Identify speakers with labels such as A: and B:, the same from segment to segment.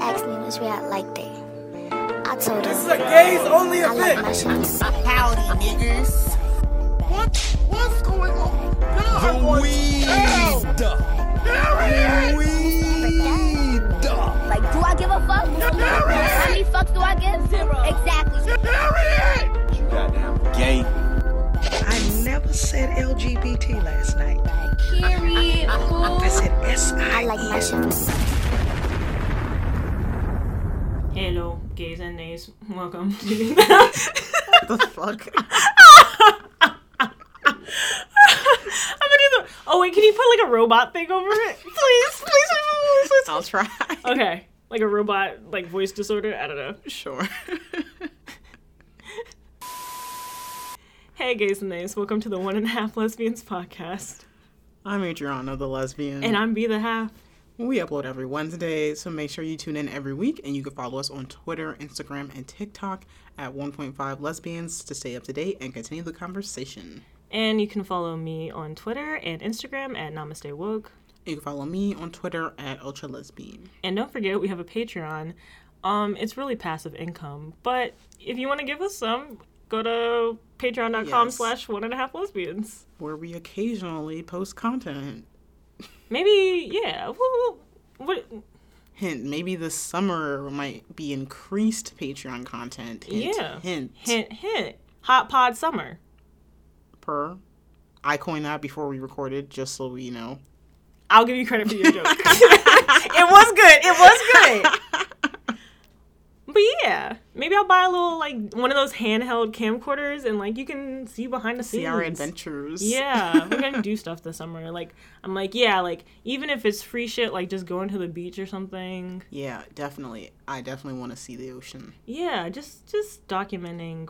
A: asked me which way I liked it. I told
B: This is
A: her
B: a gays only
A: I like
B: event.
A: my shoes.
C: Howdy, niggas.
D: What? What's going on? God, what- Hell, Harriet!
E: Like, do I give a fuck? How many fucks do I give? Zero. Exactly.
D: Harriet!
B: Gay.
F: I never said LGBT last night.
E: Period.
F: I said S
A: I like my shoes.
G: Hello, gays and nays. Welcome to
C: The fuck?
G: I'm gonna do the. Oh wait, can you put like a robot thing over it, please? Please, please, please,
C: I'll try.
G: please. Okay, like a robot, like voice disorder. I don't know.
C: Sure.
G: Hey, gays and nays. Welcome to the One and a Half Lesbians podcast,
C: I'm Adriana, the lesbian.
G: and I'm be the half.
C: we upload every Wednesday, so make sure you tune in every week and you can follow us on Twitter, Instagram, and TikTok at 1.5 lesbians to stay up to date and continue the conversation.
G: And you can follow me on Twitter and Instagram at Namaste Woke.
C: You can follow me on Twitter at Ultra Lesbian.
G: And don't forget, we have a Patreon. Um, it's really passive income, but if you want to give us some, go to patreon.com
C: Yes.
G: slash one and a half lesbians.
C: where we occasionally post content.
G: Maybe, yeah. Woo, woo, woo. What?
C: Hint, maybe this summer might be increased Patreon content. Hint,
G: yeah.
C: Hint.
G: Hint. Hint. Hot pod summer.
C: Per. I coined that before we recorded, just so we know.
G: I'll give you credit for your joke. it was good. It was good. But yeah, maybe I'll buy a little like one of those handheld camcorders and like you can see behind the scenes.
C: See our adventures.
G: Yeah, we're gonna do stuff this summer. Like I'm like yeah, like even if it's free shit, like just going to the beach or something.
C: Yeah, definitely. I definitely want to see the ocean.
G: Yeah, just just documenting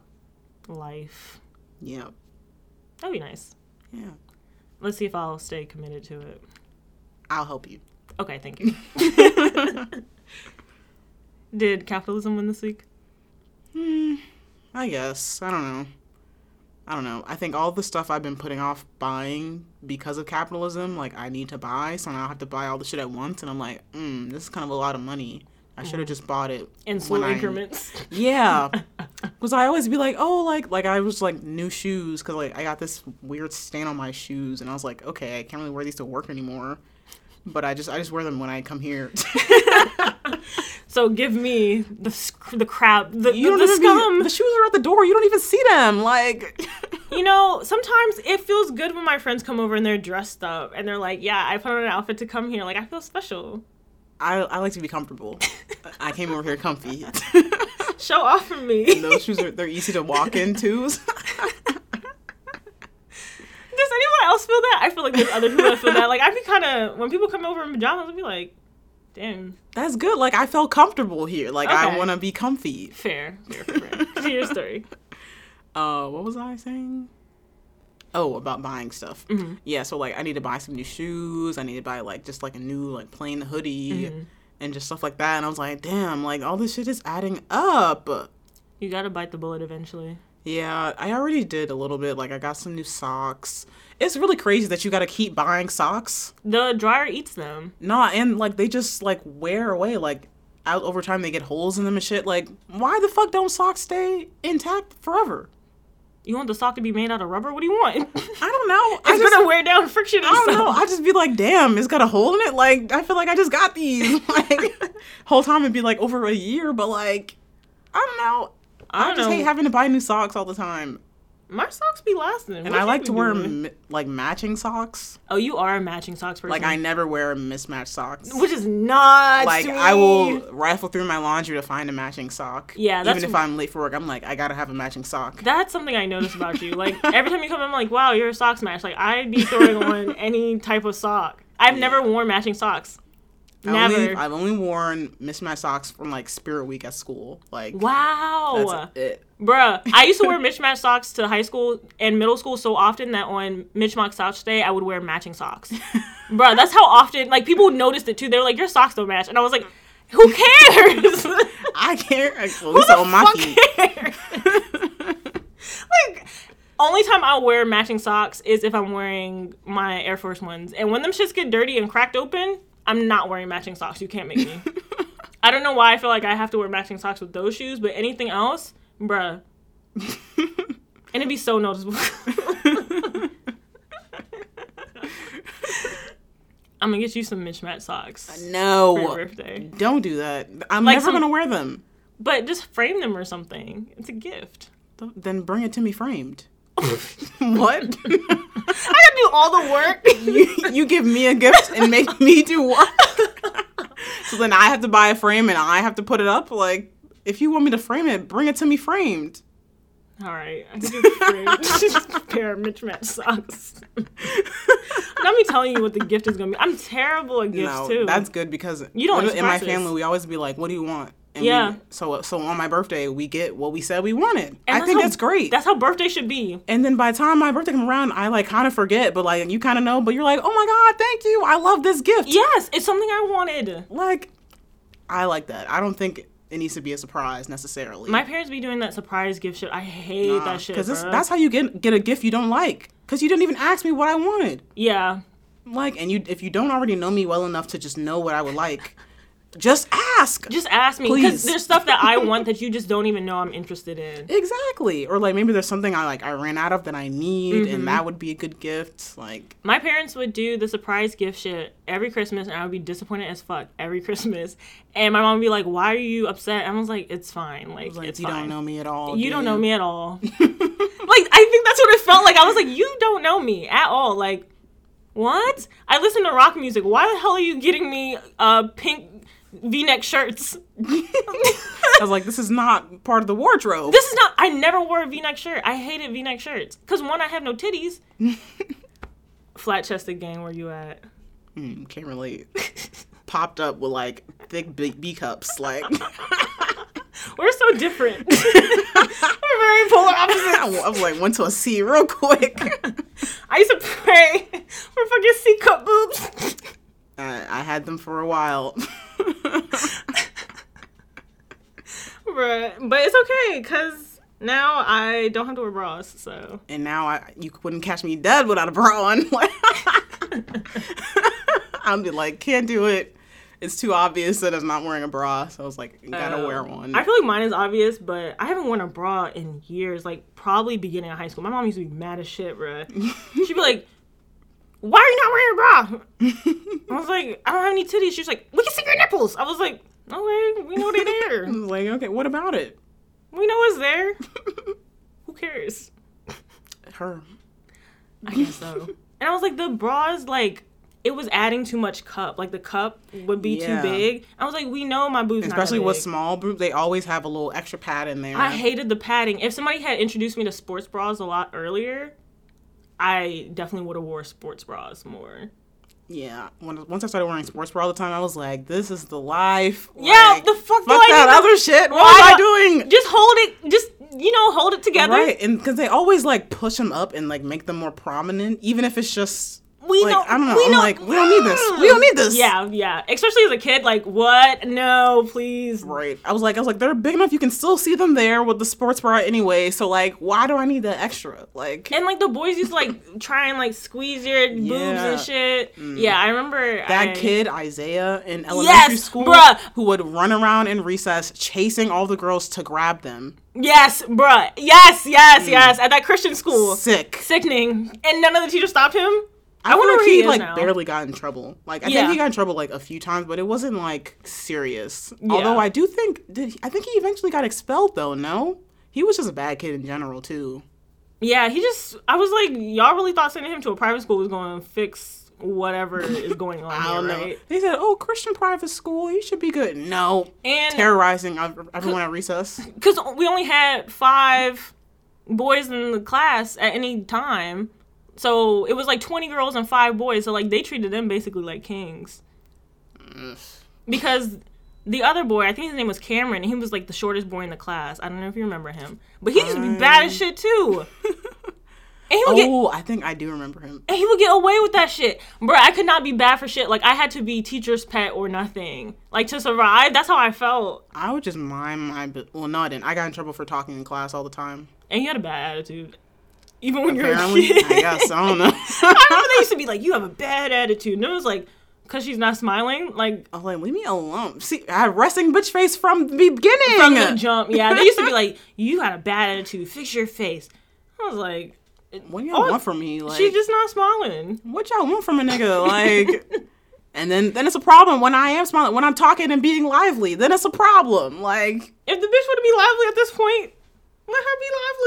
G: life.
C: Yeah.
G: That'd be nice.
C: Yeah.
G: Let's see if I'll stay committed to it.
C: I'll help you.
G: Okay, thank you. Did capitalism win this week?
C: I guess. I don't know. I don't know. I think all the stuff I've been putting off buying because of capitalism, like I need to buy, so now I have to buy all the shit at once, and I'm like, mm, this is kind of a lot of money. I should have just bought it
G: In slow
C: when I-
G: increments.
C: Yeah, because I always be like, oh, like like I was like new shoes because like I got this weird stain on my shoes, and I was like, okay, I can't really wear these to work anymore, but I just I just wear them when I come here.
G: So give me the sc- the crap, the,
C: you
G: the,
C: don't
G: the
C: even be-
G: scum.
C: the shoes are at the door. You don't even see them. Like,
G: you know, sometimes it feels good when my friends come over and they're dressed up and they're like, "Yeah, I put on an outfit to come here. Like I feel special.
C: I, I like to be comfortable. I came over here comfy.
G: Show off for me."
C: Those shoes are they're easy to walk into.
G: Does anyone else feel that? I feel like there's other people that feel that. Like I'd be kind of when people come over in pajamas, I'd be like, "Damn,
C: That's good. Like I felt comfortable here. Like I
G: Okay.
C: want to be comfy.
G: fair, fair, fair." Continue your story.
C: Uh, what was I saying? Oh, about buying stuff. Yeah, so like I need to buy some new shoes. I need to buy like just like a new like plain hoodie and just stuff like that. And I was like, damn, like all this shit is adding up.
G: You gotta bite the bullet eventually.
C: Yeah, I already did a little bit. Like I got some new socks. It's really crazy that you got to keep buying socks.
G: The dryer eats them.
C: Nah, and like they just like wear away. Like out over time, they get holes in them and shit. Like, why the fuck don't socks stay intact forever?
G: You want the sock to be made out of rubber? What do you want?
C: I don't know. I
G: It's
C: just,
G: gonna wear down friction. Or
C: I don't
G: something.
C: know. I just be like, damn, it's got a hole in it. Like, I feel like I just got these. Like, whole time it'd be like over a year, but like, I don't know.
G: I
C: I
G: don't
C: just
G: know.
C: hate having to buy new socks all the time,
G: My socks be lasting.
C: and I like to wear m- like matching socks.
G: Oh, you are a matching socks person.
C: Like, I never wear mismatched socks.
G: Mm-hmm. which is not
C: like
G: sweet.
C: I will rifle through my laundry to find a matching sock.
G: Yeah, that's-
C: even if I'm late for work, I'm like I gotta have a matching sock.
G: That's something I notice about you. Like every time you come, in, I'm like, wow, you're a socks match. Like I'd be throwing on any type of sock. I've never worn matching socks.
C: I
G: Never.
C: only, I've only worn mismatched socks from like Spirit Week at school. Like that's
G: wow,
C: it.
G: bruh. I used to wear mismatched socks to high school and middle school so often that on Mitchmock Socks Day I would wear matching socks. bruh, that's how often like people noticed it too. They were like, your socks don't match, and I was like, who cares?
C: I can't. At least on my
G: fuck
C: feet.
G: cares? like, only time I'll wear matching socks is if I'm wearing my Air Force ones. And when them shits get dirty and cracked open, I'm not wearing matching socks. You can't make me. I don't know why I feel like I have to wear matching socks with those shoes, but anything else, bruh. and it'd be so noticeable. I'm gonna get you some mismatched socks for your
C: No,
G: birthday,
C: don't do that. I'm
G: Like
C: never
G: some-
C: gonna wear them.
G: but just frame them or something. It's a gift.
C: Th- Then bring it to me framed. what?
G: I gotta do all the work.
C: you, you give me a gift and make me do work. so then I have to buy a frame and I have to put it up. Like, if you want me to frame it, bring it to me framed.
G: All right, I can do framed pair of mismatched socks. Not me telling you what the gift is gonna be. I'm terrible at gifts
C: no,
G: too.
C: that's good because
G: You don't
C: in my
G: express this.
C: family we always be like, "What do you want?" And
G: Yeah.
C: We, so so on my birthday we get what we said we wanted.
G: And
C: I think
G: how-
C: that's great.
G: That's how birthday should be.
C: and then by the time my birthday comes around, I like kind of forget, but like you kind of know. But you're like, "Oh my god, thank you! I love this gift."
G: Yes, it's something I wanted.
C: Like, I like that. I don't think it needs to be a surprise necessarily.
G: My parents be doing that surprise gift shit. I hate that shit.
C: Because
G: bruh.
C: that's how you get get a gift you don't like. Because you didn't even ask me what I wanted.
G: yeah.
C: Like, and you if you don't already know me well enough to just know what I would like, just ask.
G: Just ask me because
C: Please.
G: there's stuff that I want that you just don't even know I'm interested in.
C: exactly. Or like maybe there's something I like I ran out of that I need,
G: Mm-hmm.
C: and that would be a good gift. Like,
G: My parents would do the surprise gift shit every Christmas, and I would be disappointed as fuck every Christmas. And my mom would be like, "Why are you upset?" And I was like, "It's fine. Like,
C: like
G: it's
C: you
G: fine.
C: don't know me at all.
G: You don't
C: dude.
G: know me at all. like I think that's what it felt like. I was like, you don't know me at all. Like, what? I listen to rock music. Why the hell are you getting me uh pink V-neck shirts?
C: I was like, this is not part of the wardrobe.
G: This is not. I never wore a V-neck shirt. I hated V-neck shirts because one, I have no titties. Flat-chested gang, where you at?
C: Mm, can't relate. Popped up with like thick B, B cups. Like,
G: We're so different.
C: we're very polar opposite. I was like, went to a C real quick.
G: I used to pray for fucking C-cup boobs.
C: I, I had them for a while.
G: Right. But it's okay because now I don't have to wear bras. So
C: and now I you wouldn't catch me dead without a bra on. I'm be like, can't do it. It's too obvious that I'm not wearing a bra. So I was like, you gotta wear one.
G: Oh. Um, I feel like mine is obvious, but I haven't worn a bra in years. Like probably beginning of high school. My mom used to be mad as shit, bruh. She'd be like, "Why are you not wearing a bra?" I was like, "I don't have any titties." She was like, "We can see your nipples." I was like, "Okay, we know they're there.
C: I was like, okay, what about it?
G: we know it's there. Who cares?"
C: Her.
G: I guess so. and I was like, the bra is like. It was adding too much cup. Like the cup would be
C: Yeah.
G: too big. I was like, we know my boobs. not that
C: Especially with
G: big.
C: small boobs, they always have a little extra pad in there.
G: I hated the padding. If somebody had introduced me to sports bras a lot earlier, I definitely would have wore sports bras more.
C: yeah. When, once I started wearing sports bra all the time, I was like, this is the life.
G: Yeah,
C: Like,
G: the fuck do I
C: fuck that
G: do?
C: other shit. What
G: Why
C: was I doing?
G: Just hold it. Just you know, hold it together.
C: Right, and because they always like push them up and like make them more prominent, even if it's just
G: We
C: like,
G: don't.
C: I don't know.
G: We
C: I'm
G: don't,
C: like, we don't need this. We don't need this.
G: Yeah, yeah. Especially as a kid, like what? No, please.
C: Right. I was like, I was like, they're big enough. You can still see them there with the sports bra anyway. So like, why do I need that extra? Like
G: And like the boys used to like try and like squeeze your boobs
C: Yeah. Mm.
G: and shit. Yeah, I remember
C: that
G: I-
C: kid Isaiah in elementary
G: Yes,
C: school,
G: bruh.
C: who would run around in recess chasing all the girls to grab them.
G: Yes, bruh. Yes, yes,
C: Mm.
G: yes. At that Christian school.
C: Sick.
G: Sickening. And none of the teachers stopped him.
C: I,
G: wonder
C: wonder
G: where
C: if
G: he
C: he
G: is
C: like
G: now.
C: barely got in trouble. Like I
G: Yeah.
C: think he got in trouble like a few times, but it wasn't like serious. Although
G: Yeah.
C: I do think did he, I think he eventually got expelled though. No, he was just a bad kid in general too.
G: Yeah, he just. I was like, y'all really thought sending him to a private school was going to fix whatever is going on.
C: I don't
G: here,
C: know.
G: Right?
C: They said, "Oh, Christian private school, he should be good." No,
G: And
C: terrorizing ev- everyone at recess.
G: because we only had five boys in the class at any time, so it was like twenty girls and five boys. So like they treated them basically like kings. Because the other boy, I think his name was Cameron, he was like the shortest boy in the class. I don't know if you remember him, but he used to be bad as shit too. and he would get
C: Oh, I think I do remember him.
G: And he would get away with that shit. Bruh, I could not be bad for shit. Like, I had to be teacher's pet or nothing. Like, to survive, that's how I felt.
C: I would just mime my. bu- Well, no, I didn't. I got in trouble for talking in class all the time.
G: And you had a bad attitude. Even when you were a
C: Apparently,
G: kid.
C: I guess I don't know.
G: I remember they used to be like, you have a bad attitude. And it was like, because she's not smiling. Like
C: I'm like, leave me alone. See, I had resting bitch face from the beginning.
G: from the jump, yeah. They used to be like, "You got a bad attitude. Fix your face." I was like,
C: What do y'all
G: Oh,
C: want from me? Like,
G: "She's just not smiling."
C: what y'all want from a nigga? Like, and then then it's a problem when I am smiling, when I'm talking and being lively. Then it's a problem. Like,
G: If the bitch would be lively at this point, let her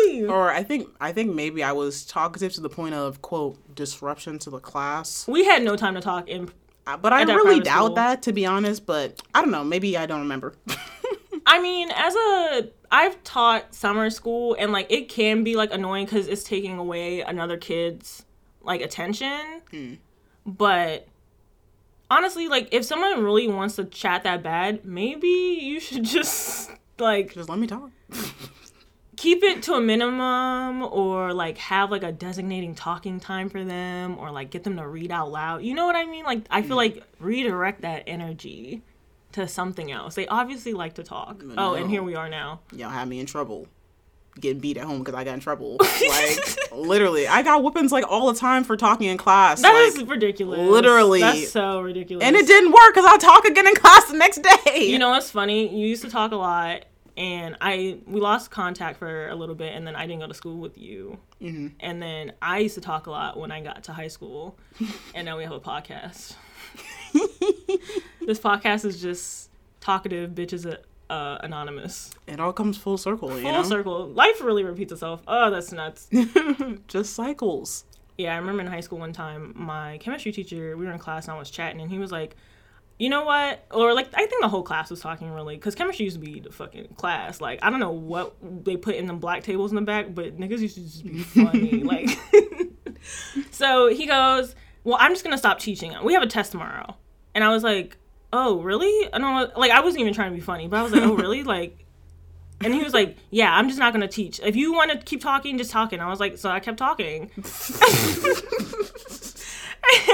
G: be lively.
C: or I think I think maybe I was talkative to the point of quote disruption to the class.
G: we had no time to talk in
C: Uh, But I
G: At that
C: really
G: private
C: doubt
G: school.
C: that to be honest. But I don't know. Maybe I don't remember.
G: I mean, as a I've taught summer school and like it can be like annoying cuz it's taking away another kid's like attention. But honestly, like if someone really wants to chat that bad, maybe you should just like
C: Just let me talk.
G: keep it to a minimum or like have like a designating talking time for them or like get them to read out loud. You know what I mean? Like I feel like redirect that energy to something else. They obviously like to talk. Oh, and here we are now.
C: y'all had me in trouble getting beat at home because I got in trouble. Like literally, I got whoopings like all the time for talking in class.
G: That is
C: like,
G: ridiculous.
C: literally-
G: That's so ridiculous.
C: and it didn't work because I talk again in class the next day.
G: You know what's funny? You used to talk a lot, and I we lost contact for a little bit, and then I didn't go to school with you. Mm-hmm. And then I used to talk a lot when I got to high school, and now we have a podcast. this podcast is just talkative bitches uh, uh, anonymous.
C: it all comes full circle. you
G: Full
C: know,
G: circle. Life really repeats itself. Oh, that's nuts.
C: just cycles.
G: Yeah, I remember in high school one time, my chemistry teacher, we were in class and I was chatting, and he was like, you know what? Or, like, I think the whole class was talking really, because chemistry used to be the fucking class. Like, I don't know what they put in the black tables in the back, but niggas used to just be funny. like, so he goes, well, I'm just going to stop teaching. We have a test tomorrow. And I was like, oh, really? And I was, like, I wasn't even trying to be funny, but I was like, oh, really? Like, and he was like, "Yeah, I'm just not gonna teach. If you want to keep talking, just talking." I was like, so I kept talking, and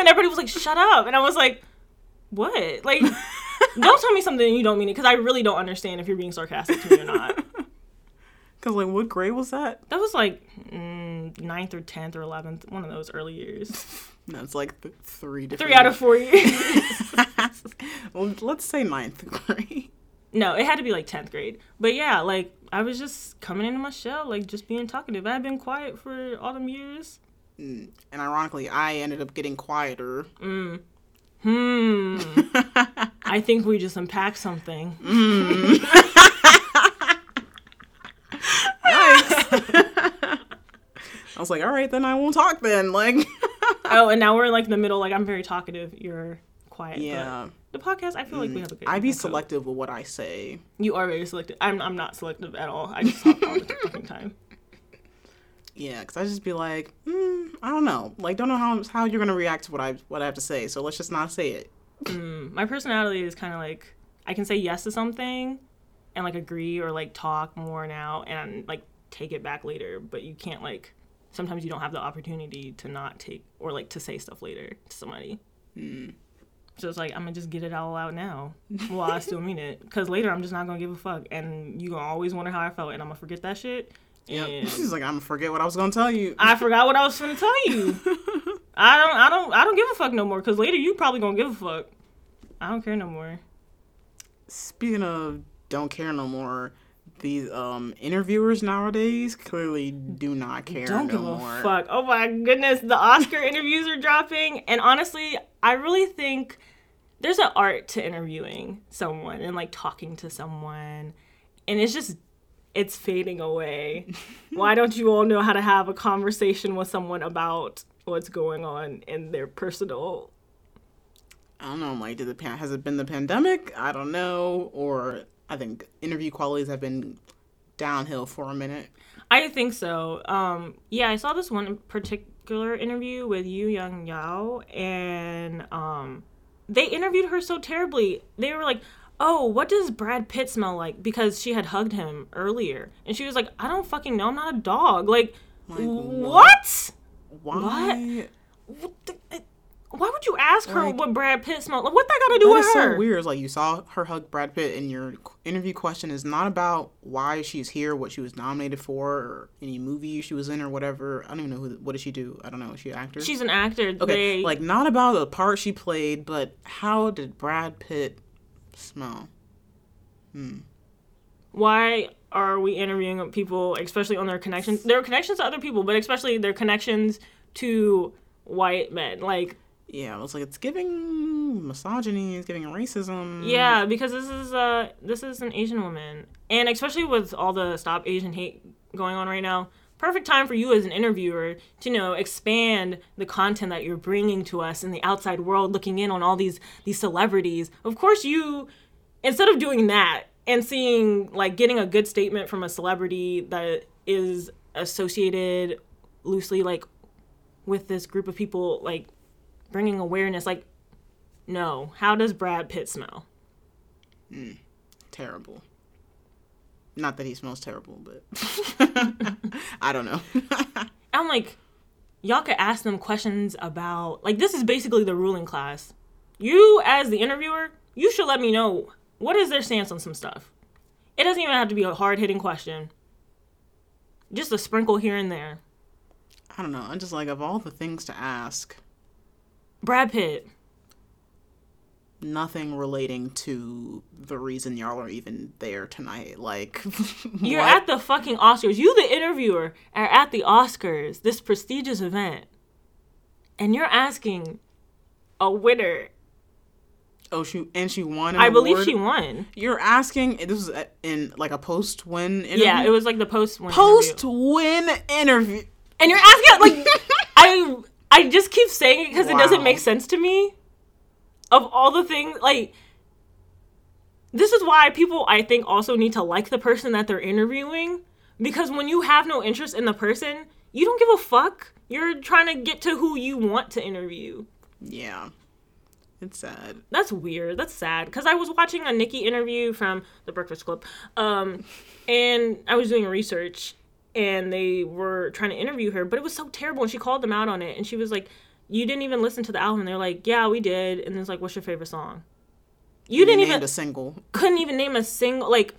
G: everybody was like, "Shut up!" And I was like, "What? Like, don't tell me something and you don't mean it, because I really don't understand if you're being sarcastic to me or not."
C: Cause like, what grade was that?
G: That was like mm, ninth or tenth or eleventh, one of those early years.
C: No, it's like th- three different.
G: Three out of four years.
C: Well, Let's say ninth grade.
G: no, it had to be like tenth grade. But yeah, like I was just coming into my shell, like just being talkative. I had been quiet for all them years.
C: And ironically, I ended up getting quieter.
G: I think we just unpacked something.
C: Mm. I was like, all right, then I won't talk then. Like,
G: Oh, and now we're like in the middle. Like I'm very talkative. You're quiet.
C: yeah,
G: But the podcast. I feel like we have a good.
C: I be
G: echo.
C: selective with what I say.
G: You are very selective. I'm. I'm not selective at all. I just talk all the fucking time.
C: Yeah, because I just be like, mm, I don't know, like don't know how how you're gonna react to what I what I have to say, so let's just not say it.
G: My personality is kind of like I can say yes to something, and like agree or like talk more now, and like take it back later. But you can't like. Sometimes you don't have the opportunity to not take or like to say stuff later to somebody. So it's like I'm gonna just get it all out now while I still mean it, because later I'm just not gonna give a fuck, and you gonna always wonder how I felt, and I'm gonna forget that shit. And
C: She's like, I'm gonna forget what I was gonna tell you.
G: I forgot what I was gonna tell you. I don't, I don't, I don't give a fuck no more. Cause later you probably gonna give a fuck. I don't care no more.
C: Speaking of don't care no more, these um interviewers nowadays clearly do not care
G: Don't
C: no
G: give
C: more.
G: a fuck. Oh my goodness, the Oscar interviews are dropping, and honestly, I really think there's an art to interviewing someone and like talking to someone, and it's just it's fading away. Why don't you all know how to have a conversation with someone about what's going on in their personal?
C: I don't know, like did the pan- has it been the pandemic? I don't know, or I think interview qualities have been downhill for a minute.
G: I think so. Um, yeah, I saw this one particular interview with Yu Young Yao, and um, they interviewed her so terribly. They were like, "Oh, what does Brad Pitt smell like?" Because she had hugged him earlier, and she was like, "I don't fucking know. I'm not a dog." Like, what?
C: Why?
G: What the- Why would you ask her
C: Like-
G: what Brad Pitt smelled? Like, what that got to do
C: That
G: with
C: is
G: her?
C: so weird. It's Like you saw her hug Brad Pitt, and your qu- interview question is not about why she's here, what she was nominated for, or any movie she was in, or whatever. I don't even know who. What did she do? I don't know. Is she an actor?
G: She's an actor.
C: okay.
G: They,
C: Like not about the part she played, but how did Brad Pitt smell?
G: why are we interviewing people, especially on their connections? Their connections to other people, but especially their connections to white men. Like,
C: Yeah, it's like it's giving misogyny, it's giving racism.
G: yeah, because this is uh this is an Asian woman, and especially with all the stop Asian hate going on right now. Perfect time for you as an interviewer to you know expand the content that you're bringing to us in the outside world, looking in on all these these celebrities. Of course, you instead of doing that and seeing like getting a good statement from a celebrity that is associated loosely like with this group of people like bringing awareness like no how does brad pitt smell
C: terrible. Not that he smells terrible, but I don't know.
G: i'm like y'all could ask them questions about like this is basically the ruling class you as the interviewer you should let me know what is their stance on some stuff it doesn't even have to be a hard-hitting question just a sprinkle here and there
C: I don't know. I'm just like of all the things to ask,
G: brad pitt
C: nothing relating to the reason y'all are even there tonight. Like
G: You're
C: what?
G: at the fucking Oscars. You, the interviewer, are at the Oscars, this prestigious event, and you're asking a winner.
C: oh she and she won. An
G: I believe
C: award?
G: she won.
C: You're asking. This was a- in like a post win. interview.
G: Yeah, it was like the post win.
C: post win interview.
G: and you're asking like I I just keep saying it because it doesn't
C: Wow.
G: make sense to me. Of all the things, like this is why people I think also need to like the person that they're interviewing because when you have no interest in the person, you don't give a fuck. You're trying to get to who you want to interview.
C: Yeah, it's sad.
G: That's weird. That's sad. Because I was watching a Nikki interview from The Breakfast Club, um, and I was doing research, and they were trying to interview her, but it was so terrible. And she called them out on it, and she was like, "You didn't even listen to the album." They're like, "Yeah, we did." And it's like, "What's your favorite song?" You didn't
C: Named
G: even
C: a single.
G: couldn't even name a single like.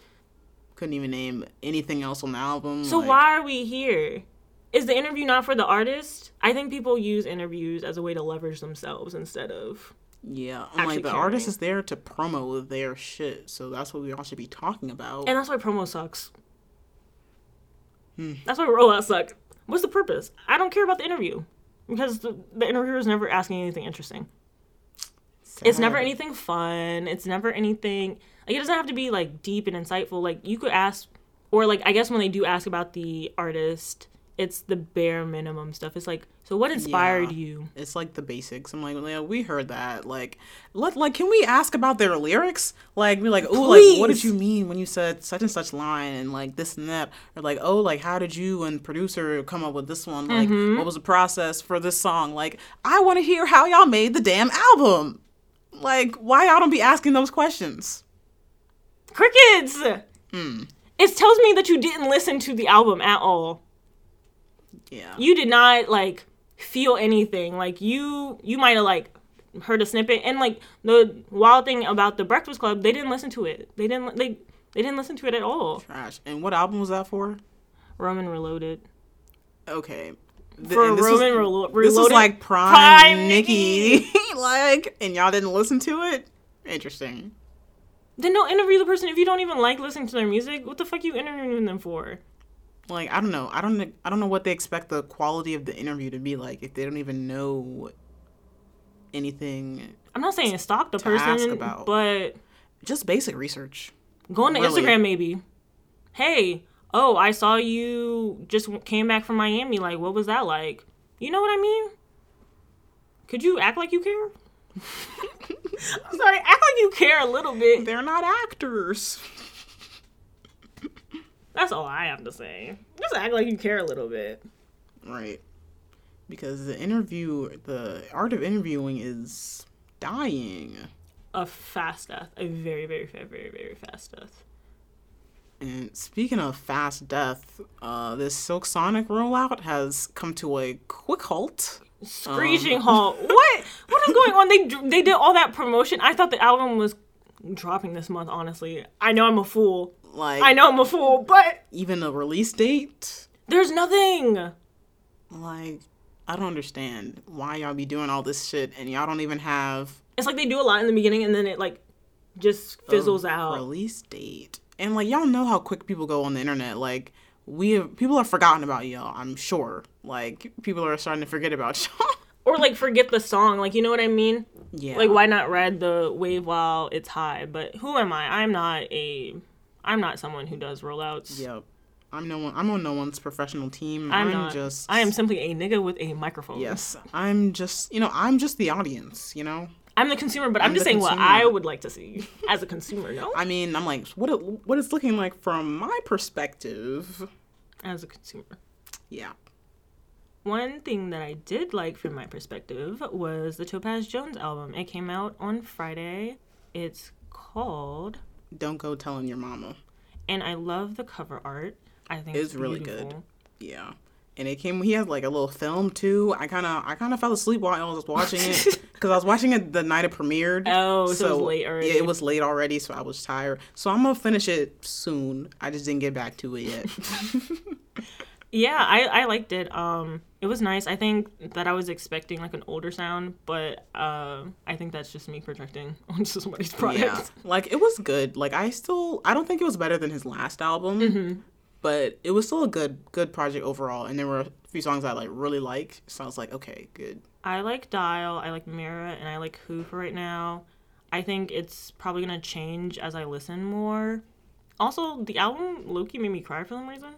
C: Couldn't even name anything else on the album.
G: So
C: like,
G: why are we here? Is the interview not for the artist? I think people use interviews as a way to leverage themselves instead of
C: Yeah, I'm
G: actually
C: like the
G: caring.
C: artist is there to promo their shit, so that's what we all should be talking about.
G: And that's why promo sucks.
C: Hmm.
G: That's why rollouts suck. What's the purpose? I don't care about the interview because the, the interviewer is never asking anything interesting. It's never
C: Sad.
G: anything fun. It's never anything like it doesn't have to be like deep and insightful. Like you could ask, or like I guess when they do ask about the artist, it's the bare minimum stuff. It's like, so what inspired
C: Yeah.
G: you?
C: It's like the basics. I'm like, yeah, we heard that. Like, let like, can we ask about their lyrics? Like, we're like, oh, like, what did
G: Please.
C: you mean when you said such and such line and like this and that? Or like, oh, like, how did you and producer come up with this one? Like, what was the process for this song? Like, I want to hear how y'all made the damn album. Like, why y'all don't be asking those questions?
G: Crickets.
C: Hmm.
G: It tells me that you didn't listen to the album at all.
C: Yeah,
G: you did not like feel anything like you you might have like heard a snippet and like the wild thing about the breakfast club they didn't listen to it they didn't they they didn't listen to it at all
C: trash. And what album was that for?
G: roman reloaded
C: Okay. Th-
G: for
C: and this
G: roman
C: is,
G: Relo-
C: This
G: reloaded
C: is like prime,
G: Prime
C: Nikki. like, and y'all didn't listen to it? Interesting.
G: then don't interview the person if you don't even like listening to their music what the fuck you interviewing them for
C: Like, I don't know. I don't I don't know what they expect the quality of the interview to be like if they don't even know anything.
G: i'm not saying stalk the
C: ask
G: person
C: about.
G: but
C: Just basic research.
G: Go on to
C: Really?
G: Instagram, maybe. Hey, oh, I saw you just w- came back from Miami. Like, what was that like? You know what I mean? Could you act like you care? I'm sorry, act like you care a little bit.
C: They're not actors.
G: That's all I have to say. Just act like you care a little bit.
C: Right. Because the interview the art of interviewing is dying.
G: A fast death. A very, very, very, very, very fast death.
C: And speaking of fast death, uh, this Silk Sonic rollout has come to a quick halt.
G: Screeching halt. What? What is going on? They dr- they did all that promotion. I thought the album was dropping this month. Honestly, I know I'm a fool.
C: Like,
G: I know I'm a fool, but
C: even a release date.
G: there's nothing.
C: Like, I don't understand why y'all be doing all this shit and y'all don't even have
G: It's like they do a lot in the beginning and then it like just
C: Oh,
G: fizzles out.
C: release date. And like y'all know how quick people go on the internet. Like we have people have forgotten about y'all. I'm sure. Like people are starting to forget about y'all.
G: Or like forget the song. Like you know what I mean?
C: yeah.
G: Like why not ride the wave while it's high? But who am I? I'm not a. I'm not someone who does rollouts.
C: Yep. I'm no one. I'm on no one's professional team.
G: I'm, not.
C: just.
G: I am simply a nigga with a microphone.
C: Yes. I'm just. You know. I'm just the audience. You know.
G: I'm the consumer, but I'm,
C: I'm
G: just
C: the
G: saying what
C: consumer.
G: I would like to see as a consumer. No,
C: I mean. I'm like. What? It, what it's looking like from my perspective.
G: as a consumer.
C: Yeah.
G: One thing that I did like from my perspective was the Topaz Jones album. It came out on Friday. It's called
C: Don't go telling your mama.
G: and I love the cover art. I think
C: It's
G: it's,
C: really good.
G: beautiful.
C: Yeah. And it came. He had like a little film too. I kind of, I kind of fell asleep while I was watching it because I was watching it the night it premiered.
G: Oh, so it was late already.
C: Yeah, it was late already, so I was tired. So I'm gonna finish it soon. I just didn't get back to it yet.
G: Yeah, I, I liked it. Um, it was nice. I think that I was expecting like an older sound, but uh, I think that's just me projecting onto somebody's product.
C: yeah, like it was good. Like I still, I don't think it was better than his last album,
G: Mm-hmm.
C: but it was still a good, good project overall. And there were a few songs I like really like. So I was like, okay, good.
G: I like Dial, I like Mira, and I like Who for right now. I think it's probably gonna change as I listen more. Also, the album Loki made me cry for some reason.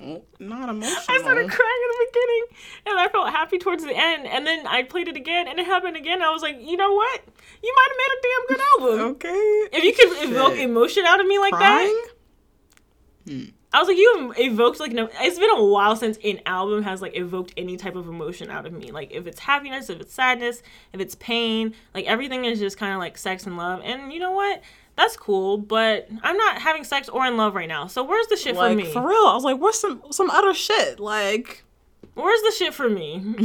C: Oh, not emotional.
G: I started crying in the beginning, and I felt happy towards the end. And then I played it again, and it happened again. And I was like, you know what? You might have made a damn good album.
C: okay.
G: If you could evoke
C: Oh, Shit.
G: emotion out of me like
C: Crying?
G: that, I was like, you evoked like no. It's been a while since an album has like evoked any type of emotion out of me. Like if it's happiness, if it's sadness, if it's pain, like everything is just kind of like sex and love. And you know what? That's cool, but I'm not having sex or in love right now. So where's the shit
C: like,
G: for me?
C: For real, I was like, "What's some some other shit?" Like,
G: Where's the shit for me?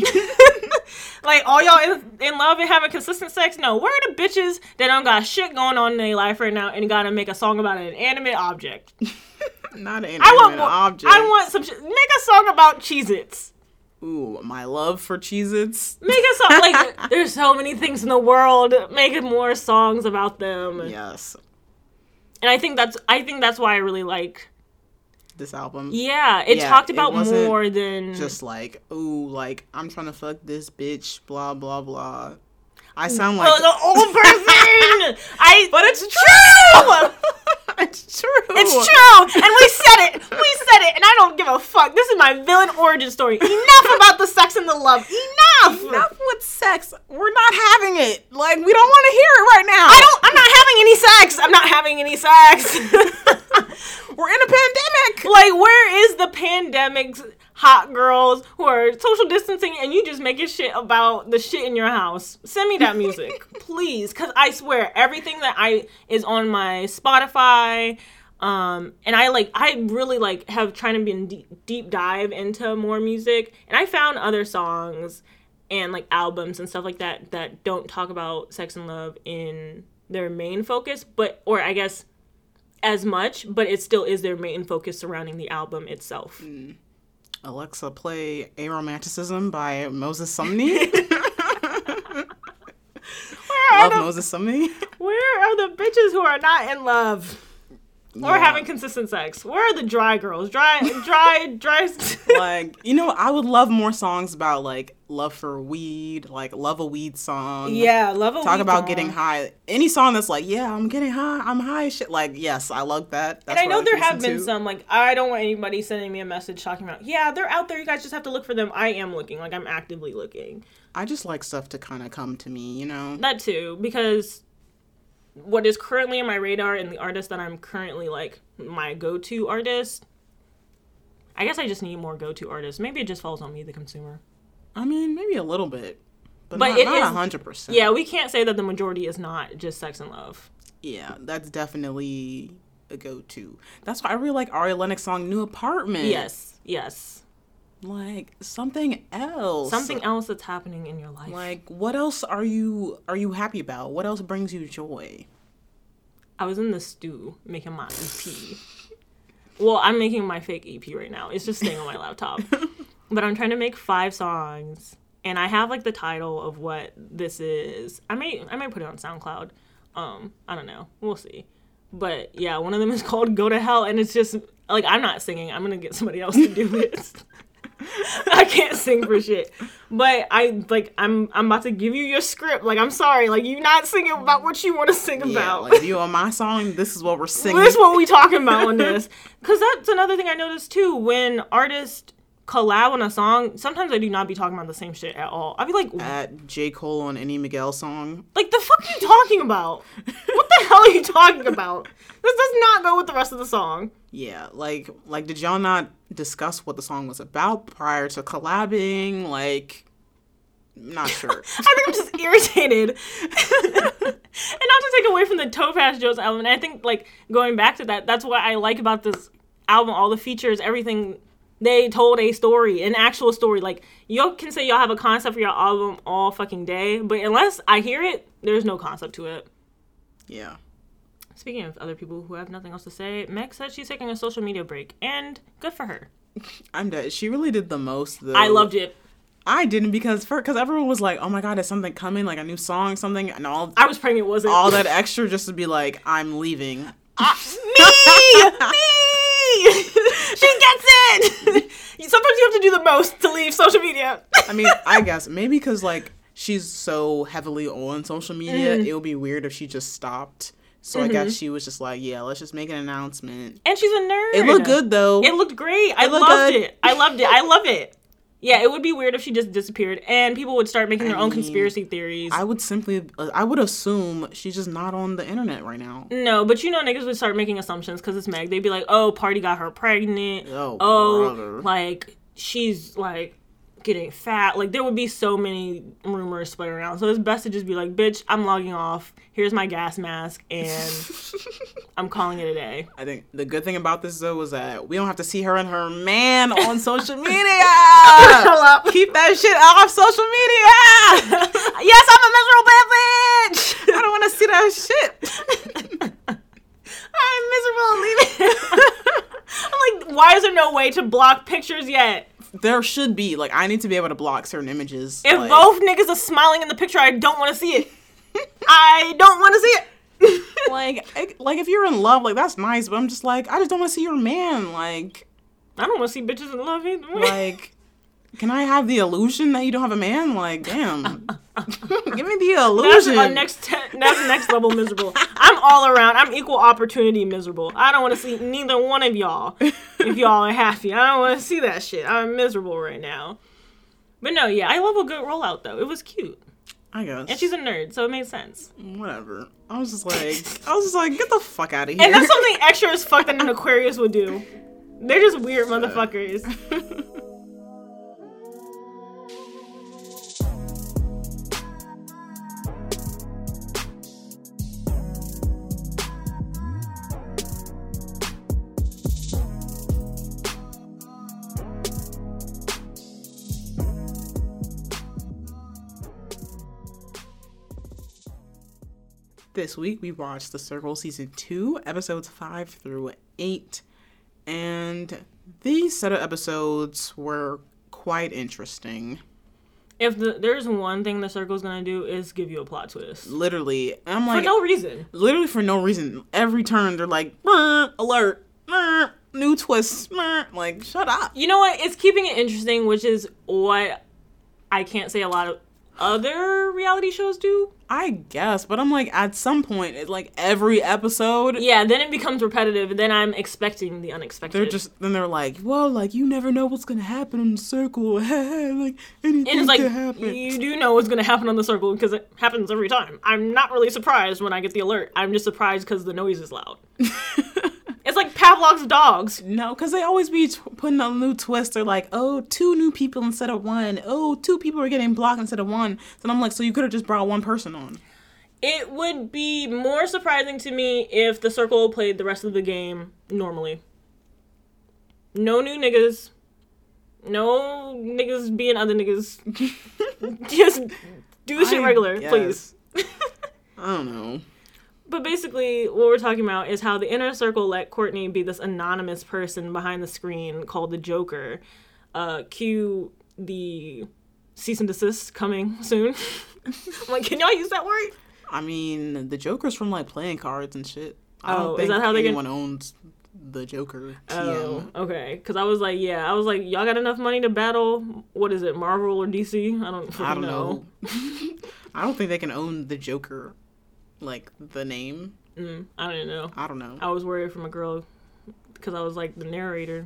G: like all y'all in, in love and having consistent sex? No, where are the bitches that don't got shit going on in their life right now and gotta make a song about an inanimate object?
C: not an
G: I want
C: inanimate
G: more,
C: object.
G: I want some shit. Make a song about Cheez-Its.
C: Ooh, my love for Cheez-Its.
G: Make a song like there's so many things in the world. Make more songs about them.
C: Yes,
G: And I think that's I think that's why I really like.
C: this album.
G: Yeah, it
C: Yeah,
G: talked
C: it
G: about
C: wasn't
G: more than
C: Just like, ooh, like I'm trying to fuck this bitch. Blah blah blah. I sound like.
G: Oh, the old person. I But it's true.
C: it's true.
G: It's true, and we said it. We said it, and I don't give a fuck. This is my villain origin story. Enough about the sex and the love. Enough.
C: Enough with sex. We're not having it. Like we don't want to hear it right now.
G: I don't. I'm not having any sex. I'm not having any sex.
C: We're in a pandemic.
G: like, where is the pandemic's hot girls who are social distancing, and you just making shit about the shit in your house? Send me that music, please, because I swear everything that I is on my Spotify. um and i like i really like have trying to be in deep, deep dive into more music and i found other songs and like albums and stuff like that that don't talk about sex and love in their main focus but or i guess as much but it still is their main focus surrounding the album itself
C: Alexa, play Aromanticism by Moses Sumney. Love Moses Sumney.
G: where are the bitches who are not in love or
C: Yeah.
G: having consistent sex where are the dry girls dry dry dry
C: like you know i would love more songs about like love for weed like love a weed song
G: yeah love a
C: talk
G: weak
C: about
G: song.
C: getting high any song that's like yeah i'm getting high i'm high as shit like yes i love that
G: And I know there have been some like I don't want anybody sending me a message talking about yeah they're out there you guys just have to look for them I am looking like I'm actively looking
C: i just like stuff to kind of come to me you know
G: that too because what is currently in my radar and the artist that I'm currently like my go to artist I guess I just need more go to artists maybe it just falls on me the consumer
C: i mean maybe a little bit but,
G: But
C: not,
G: it
C: not
G: is-
C: 100%
G: yeah we can't say that the majority is not just sex and love
C: yeah that's definitely ago too. That's why I really like Ari Lennox song "New Apartment."
G: Yes, yes.
C: like something else.
G: Something else that's happening in your life.
C: Like what else are you are you happy about? What else brings you joy?
G: I was in the stew making my EP. Well, I'm making my fake EP right now. It's just staying on my laptop. But I'm trying to make five songs, and I have like the title of what this is. I may I might put it on SoundCloud. Um, I don't know. We'll see. But yeah, one of them is called "Go to Hell," and it's just like I'm not singing. I'm gonna get somebody else to do it. I can't sing for shit. But I like I'm I'm about to give you your script. Like I'm sorry, like you not singing about what you want to sing about.
C: like if you on my song, this is what we're singing.
G: This is what we talking about on this. Because that's another thing I noticed too. When artists collab on a song, sometimes I do not be talking about the same shit at all. I'd be like,
C: At J Cole on any Miguel song.
G: like the fuck are you talking about? What the hell are you talking about? This does not go with the rest of the song.
C: Yeah, like like did y'all not discuss what the song was about prior to collabing? Like, not sure.
G: I think I'm just irritated. and not to take away from the Topaz Joe's album, and I think like going back to that, that's what I like about this album. All the features, everything. They told a story, an actual story. Like y'all can say y'all have a concept for your album all fucking day, but unless I hear it, there's no concept to it.
C: yeah.
G: Speaking of other people who have nothing else to say, Meg said she's taking a social media break, and good for her.
C: I'm dead. She really did the most though.
G: I loved it.
C: I didn't because for because everyone was like, "Oh my god, is something coming? Like a new song, something?" And all
G: I was pregnant, was it?
C: all that extra just to be like, "I'm leaving."
G: Uh, me, me. she gets it. You- Sometimes you have to do the most to leave social media.
C: I mean, I guess maybe because like she's so heavily on social media,
G: Mm-hmm.
C: it would be weird if she just stopped. So I guess she was just like, "Yeah, let's just make an announcement."
G: and she's a nerd.
C: It looked good though.
G: It looked great. I
C: looked
G: loved
C: good.
G: it. I loved it. I love it. Yeah, it would be weird if she just disappeared, and people would start making their own conspiracy theories.
C: I would simply, uh, I would assume she's just not on the internet right now.
G: no, but you know, niggas would start making assumptions because it's Meg. They'd be like, "Oh, party got her pregnant.
C: Oh, brother.
G: like she's like getting fat. Like there would be so many rumors spread around. So it's best to just be like, "Bitch, I'm logging off. Here's my gas mask, and I'm calling it a day."
C: I think the good thing about this though was that we don't have to see her and her man on social media. Keep that shit off social media.
G: yes, I'm a miserable bitch.
C: I don't want to see that shit.
G: I'm miserable. Leave it. I'm like, why is there no way to block pictures yet?
C: there should be like I need to be able to block certain images.
G: If
C: like,
G: both niggas are smiling in the picture, I don't want to see it. I don't want to see it.
C: like I- like if you're in love, like that's nice, but I'm just like I just don't want to see your man. Like
G: I don't want to see bitches in love either.
C: like can I have the illusion that you don't have a man? Like damn, give me the
G: that's
C: illusion.
G: a next te- that's next level miserable. I'm all around. I'm equal opportunity miserable. I don't want to see neither one of y'all if y'all are happy. I don't want to see that shit. I'm miserable right now. But no, yeah, I love a good rollout though. It was cute,
C: I guess.
G: and she's a nerd, so it made sense.
C: whatever. I was just like, I was just like, get the fuck out of here.
G: And that's something extra as fuck that an Aquarius would do. They're just weird motherfuckers.
C: this week we watched The Circle season two, episodes five through eight, and these set of episodes were quite interesting.
G: if the, there's one thing the circle's gonna do is give you a plot twist
C: Literally, I'm
G: for
C: like,
G: no reason.
C: literally for no reason. Every turn they're like, "Brr, alert, brr, new twist, brr." like shut up.
G: You know what? It's keeping it interesting, which is what I can't say a lot of other reality shows do.
C: I guess, but I'm like, at some point, it, like every episode,
G: Yeah, then it becomes repetitive, and then I'm expecting the unexpected.
C: They're just then they're like, well, like you never know what's gonna happen in the circle, like
G: and
C: anything
G: it's like
C: can happen.
G: you do know what's gonna happen on the circle because it happens every time. I'm not really surprised when I get the alert. I'm just surprised because the noise is loud. it's like Pavlov's dogs.
C: No, because they always be t- putting a new twist. They're like, oh, two new people instead of one. Oh, two people are getting blocked instead of one. Then I'm like, so you could have just brought one person on.
G: It would be more surprising to me if the circle played the rest of the game normally. No new niggas. No niggas being other niggas. Just do the shit
C: I
G: regular,
C: guess.
G: please.
C: I don't know.
G: But basically, what we're talking about is how the inner circle let Courtney be this anonymous person behind the screen called the Joker. Uh, cue the cease and desist coming soon. I'm like, can y'all use that word?
C: I mean, the Joker's from like playing cards and shit. I
G: Oh,
C: don't
G: is
C: think
G: that how they get-
C: anyone owns the Joker. TM.
G: Oh, okay. Because I was like, yeah, I was like, y'all got enough money to battle. What is it, Marvel or DC? I don't.
C: I don't
G: know.
C: know. I don't think they can own the Joker, like the name.
G: I don't know.
C: I don't know.
G: I was worried from a girl because I was like the narrator.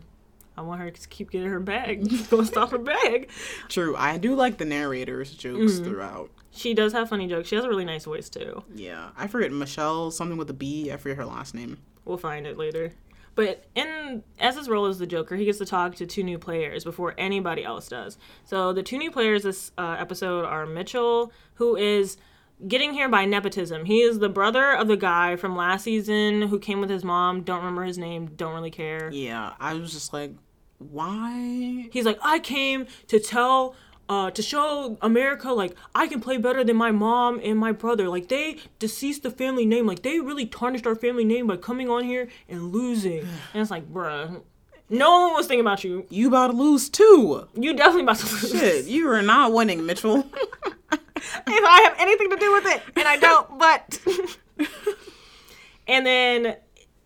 G: I want her to keep getting her bag. It's gonna stop her bag.
C: True, I do like the narrator's jokes
G: Mm-hmm.
C: throughout.
G: She does have funny jokes. She has a really nice voice too.
C: Yeah, I forget Michelle something with a B. I forget her last name.
G: We'll find it later. But in as his role as the Joker, he gets to talk to two new players before anybody else does. So the two new players this uh, episode are Mitchell, who is getting here by nepotism. He is the brother of the guy from last season who came with his mom. Don't remember his name. Don't really care.
C: Yeah, I was just like, why?
G: He's like, I came to tell. Uh, to show America, like I can play better than my mom and my brother. Like they deceased the family name. Like they really tarnished our family name by coming on here and losing. and it's like, bruh, no one was thinking about you.
C: You about to lose too?
G: You definitely about to lose.
C: Shit, you are not winning, Mitchell.
G: if I have anything to do with it, and I don't, but. and then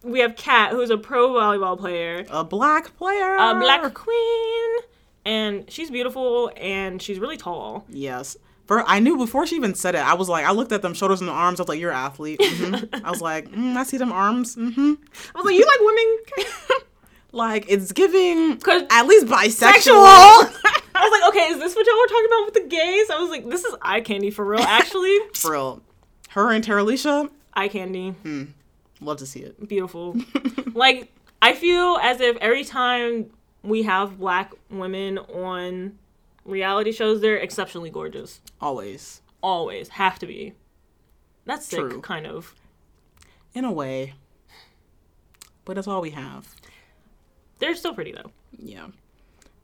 G: we have Kat, who's a pro volleyball player,
C: a black player.
G: a black queen, and she's beautiful and she's really tall.
C: Yes. For, I knew before she even said it. I was like, I looked at them shoulders and the arms. I was like, you're an athlete. Mhm. I was like, mm, I see them arms. hmm
G: I was like, you like women?
C: Like it's giving
G: 'Cause-
C: at least bisexual.
G: Sexual. I was like, okay, is this what y'all were talking about with the gays? I was like, this is eye candy for real. Actually,
C: For real. Her and Tara Alicia,
G: eye candy.
C: Hmm. love to see it.
G: beautiful. like I feel as if every time we have black women on reality shows, they're exceptionally gorgeous.
C: Always.
G: Always have to be. That's sick,
C: True.
G: kind of.
C: In a way. But that's all we have.
G: They're still pretty though.
C: Yeah.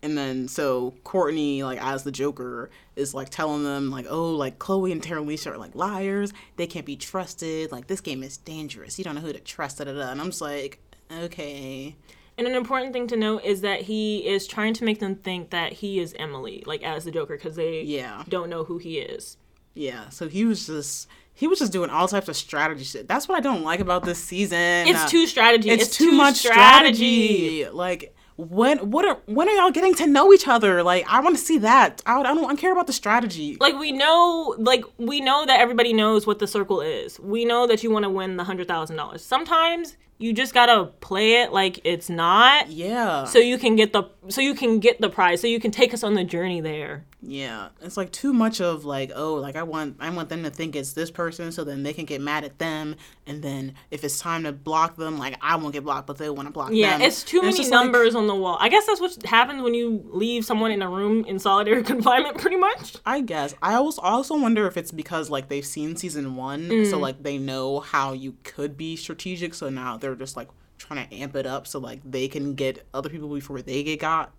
C: And then so Courtney, like as the Joker, is like telling them like, oh, like Chloe and Tara Alicia are like liars. They can't be trusted. Like this game is dangerous. You don't know who to trust. Da, da, da. And I'm just like, okay.
G: And an important thing to note is that he is trying to make them think that he is Emily, like as the Joker, because they
C: Yeah.
G: don't know who he is.
C: Yeah. So he was just he was just doing all types of strategy shit. That's what I don't like about this season.
G: It's
C: Uh,
G: too strategy.
C: it's, too, much strategy. Like when what are when are y'all getting to know each other? Like I want to see that. I, don't- I don't care about the strategy.
G: like we know like we know that everybody knows what the circle is we know that you want to win the hundred thousand dollars sometimes you just gotta play it like it's not
C: yeah.
G: so you can get the so you can get the prize so you can take us on the journey there
C: yeah. It's like too much of like oh like I want I want them to think it's this person so then they can get mad at them and then if it's time to block them like I won't get blocked but they want to block
G: yeah
C: them.
G: it's too
C: And
G: many
C: just like,
G: numbers on the wall i guess that's what happens when you leave someone in a room in solitary confinement pretty much
C: I guess. I always also wonder if it's because like they've seen season one,
G: Mm.
C: so like they know how you could be strategic, so now they're just like trying to amp it up so like they can get other people before they get got.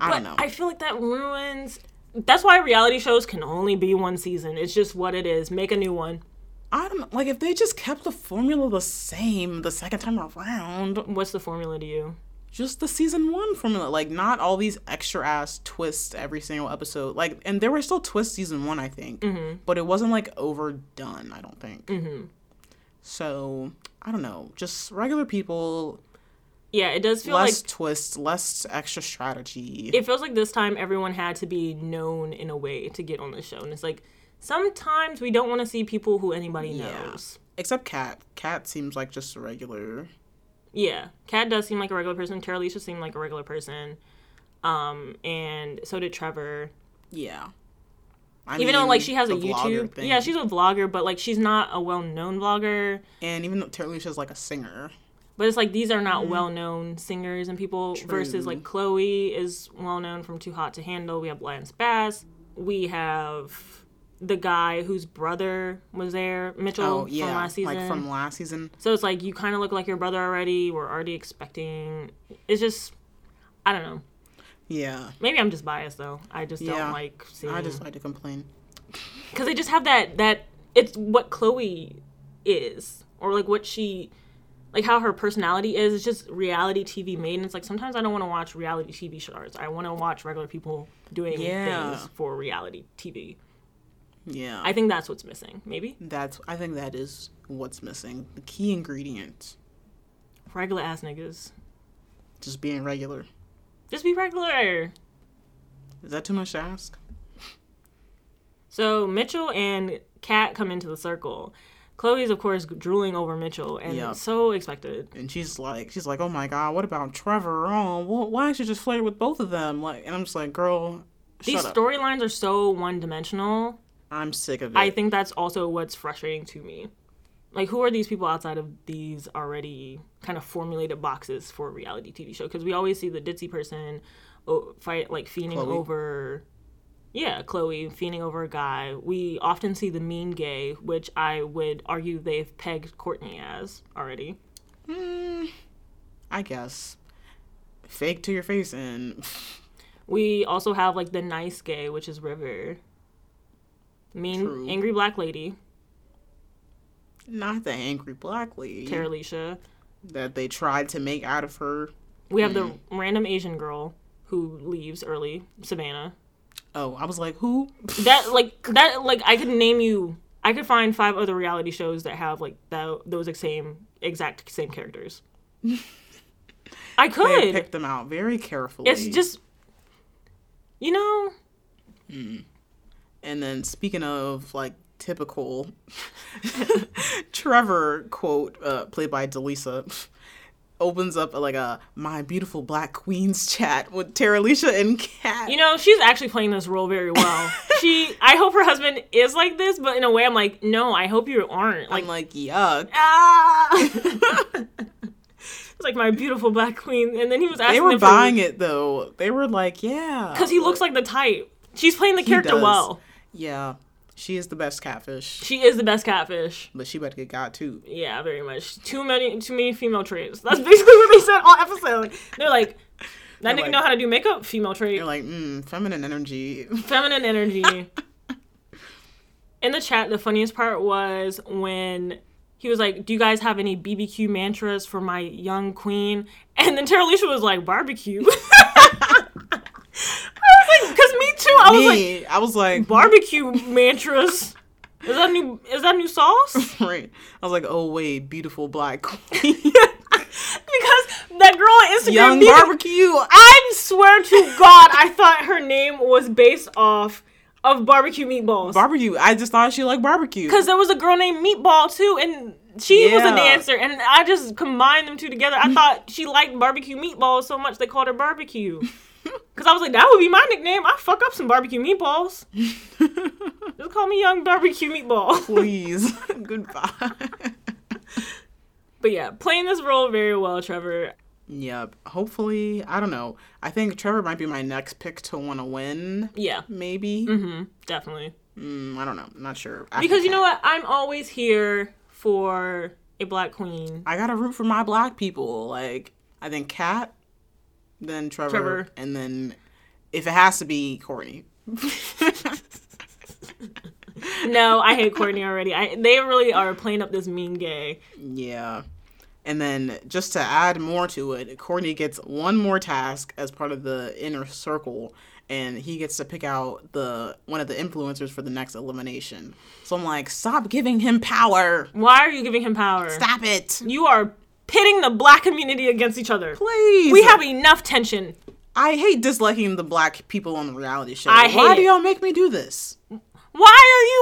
C: I
G: but
C: don't know.
G: I feel like that ruins that's why reality shows can only be one season it's just what it is make a new one
C: I don't know. Like if they just kept the formula the same the second time around,
G: what's the formula to you
C: just the season one formula, like not all these extra ass twists every single episode. Like, and there were still twists season one, I think,
G: Mm-hmm.
C: but it wasn't like overdone. I don't think. So I don't know. Just regular people
G: yeah it does feel like
C: less twists, less extra strategy.
G: it feels like this time everyone had to be known in a way to get on the show and it's like sometimes we don't want to see people who anybody knows
C: Except Cat. Cat seems like just a regular.
G: yeah kat does seem like a regular person tara Alicia seemed like a regular person um and so did trevor
C: Yeah. I
G: even though
C: mean,
G: like she has a
C: the vlogger
G: youtube
C: thing.
G: yeah she's a vlogger but like she's not a well-known vlogger
C: and even though Tara Alicia's like a singer.
G: but it's like these are not
C: Mm-hmm.
G: well-known singers and people versus like chloe is well-known from too hot to handle we have lance bass we have the guy whose brother was there, Mitchell,
C: Oh yeah,
G: from last season.
C: like from last season.
G: so it's like you kind of look like your brother already. We're already expecting. It's just, I don't know.
C: Yeah,
G: Maybe I'm just biased though. I just
C: Yeah.
G: don't like seeing
C: I just like to complain.
G: because they just have that that it's what Chloe is or like what she like how her personality is it's just reality TV made and it's like sometimes I don't want to watch reality TV stars I want to watch regular people doing
C: Yeah.
G: things for reality TV
C: Yeah,
G: I think that's what's missing maybe
C: that's I think that is what's missing. The key ingredient,
G: regular ass niggas
C: just being regular.
G: just be regular
C: Is that too much to ask?
G: so Mitchell and Kat come into the circle Chloe's of course drooling over Mitchell and
C: Yeah.
G: so expected
C: And she's like, she's like, oh my god, what about Trevor? Oh, wh- why did you just flirt with both of them? Like, and I'm just like, girl,
G: these
C: shut up.
G: storylines are so one dimensional
C: I'm sick of it.
G: I think that's also what's frustrating to me. Like, who are these people outside of these already kind of formulated boxes for a reality TV show? Because we always see the ditzy person o- fight, like, fiending
C: Chloe.
G: over. Yeah, Chloe fiending over a guy. We often see the mean gay, which I would argue they've pegged Courtney as already.
C: I guess. Fake to your face and
G: We also have like the nice gay, which is River. Mean,
C: True.
G: angry black lady,
C: not the angry black lady
G: Tara Alicia.
C: that they tried to make out of her.
G: We have
C: Mm.
G: the random Asian girl who leaves early, Savannah.
C: Oh, I was like, who?
G: That like that like I could name you. I could find five other reality shows that have like tho- those ex- same exact same characters. I
C: They
G: could.
C: picked them out very carefully.
G: it's just you know
C: And then speaking of like typical Trevor quote uh, played by Delisa opens up like a my beautiful black queens chat with Tara Alicia and Kat.
G: you know she's actually playing this role very well. she I hope her husband is like this, but in a way I'm like no, I hope you aren't. Like
C: I'm like yuck.
G: ah. it's like my beautiful black queen, and then he was asking
C: They were
G: them for-
C: buying it though. They were like, yeah,
G: because he looks like the type. She's playing the character
C: does.
G: well.
C: yeah. She is the best catfish,
G: She is the best catfish.
C: but she better get got too.
G: Yeah, very much. Too many, too many female traits. That's basically what they said all episode. They're like, that nigga
C: like-
G: know how to do makeup. Female trait,
C: They're like, mm, feminine energy.
G: feminine energy. In the chat, the funniest part was when he was like, "Do you guys have any BBQ mantras for my young queen?" And then Tara Alicia was like, "Barbecue." I was like, "Cause me too." I was like,
C: Me, I was like,
G: barbecue mantras. Is that new? Is that new sauce?
C: right. I was like, oh wait, beautiful black queen,
G: because that girl on Instagram,
C: young
G: neither-
C: barbecue.
G: I swear to God, I thought her name was based off of barbecue meatballs.
C: barbecue. I just thought she liked barbecue.
G: Because there was a girl named Meatball too, and she was
C: Yeah.
G: a dancer, and I just combined them two together. I thought she liked barbecue meatballs so much they called her barbecue. Because I was like, that would be my nickname. I fuck up some barbecue meatballs. just call me Young Barbecue Meatball.
C: Please, goodbye.
G: But yeah, playing this role very well, Trevor.
C: yep. Hopefully, I don't know. I think Trevor might be my next pick to want to win.
G: Yeah, Mm-hmm.
C: Maybe.
G: definitely.
C: Mm, I don't know. Not sure.
G: Mm. Because you know what? I'm always here for a black queen.
C: I gotta root for my black people. Like I think Kat, then Trevor,
G: Trevor.
C: and then if it has to be Courtney.
G: No, I hate Courtney already. I, they really are playing up this mean gay.
C: Yeah. And then just to add more to it, Courtney gets one more task as part of the inner circle and he gets to pick out the one of the influencers for the next elimination. So I'm like, stop giving him power.
G: Why are you giving him power?
C: Stop it.
G: You are pitting the black community against each other.
C: Please.
G: We have enough tension.
C: I hate disliking the black people on the reality show.
G: I hate
C: Why do
G: it.
C: y'all make me do this?
G: Why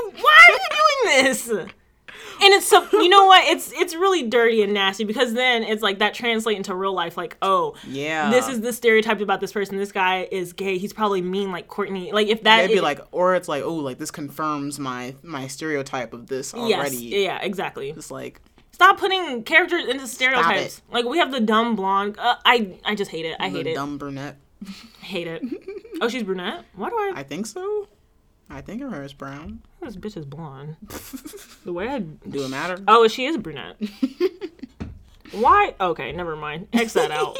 G: are you? Why are you doing this? And it's so you know what? It's it's really dirty and nasty because then it's like that translate into real life. Like oh,
C: Yeah.
G: this is the stereotype about this person. This guy is gay. He's probably mean like Courtney. Like if that
C: They'd be
G: it-
C: like, or it's like, oh, like this confirms my my stereotype of this
G: yes,
C: already.
G: yeah, exactly.
C: It's like,
G: Stop putting characters into stereotypes. Like we have the dumb blonde. Uh, I I just hate it. I hate
C: the
G: it.
C: dumb brunette.
G: Hate it. Oh, she's brunette. Why do I?
C: I think so. I think her hair is brown.
G: This bitch is blonde. the way I
C: Do it matter?
G: oh, she is brunette. Why? Okay, never mind. X that out.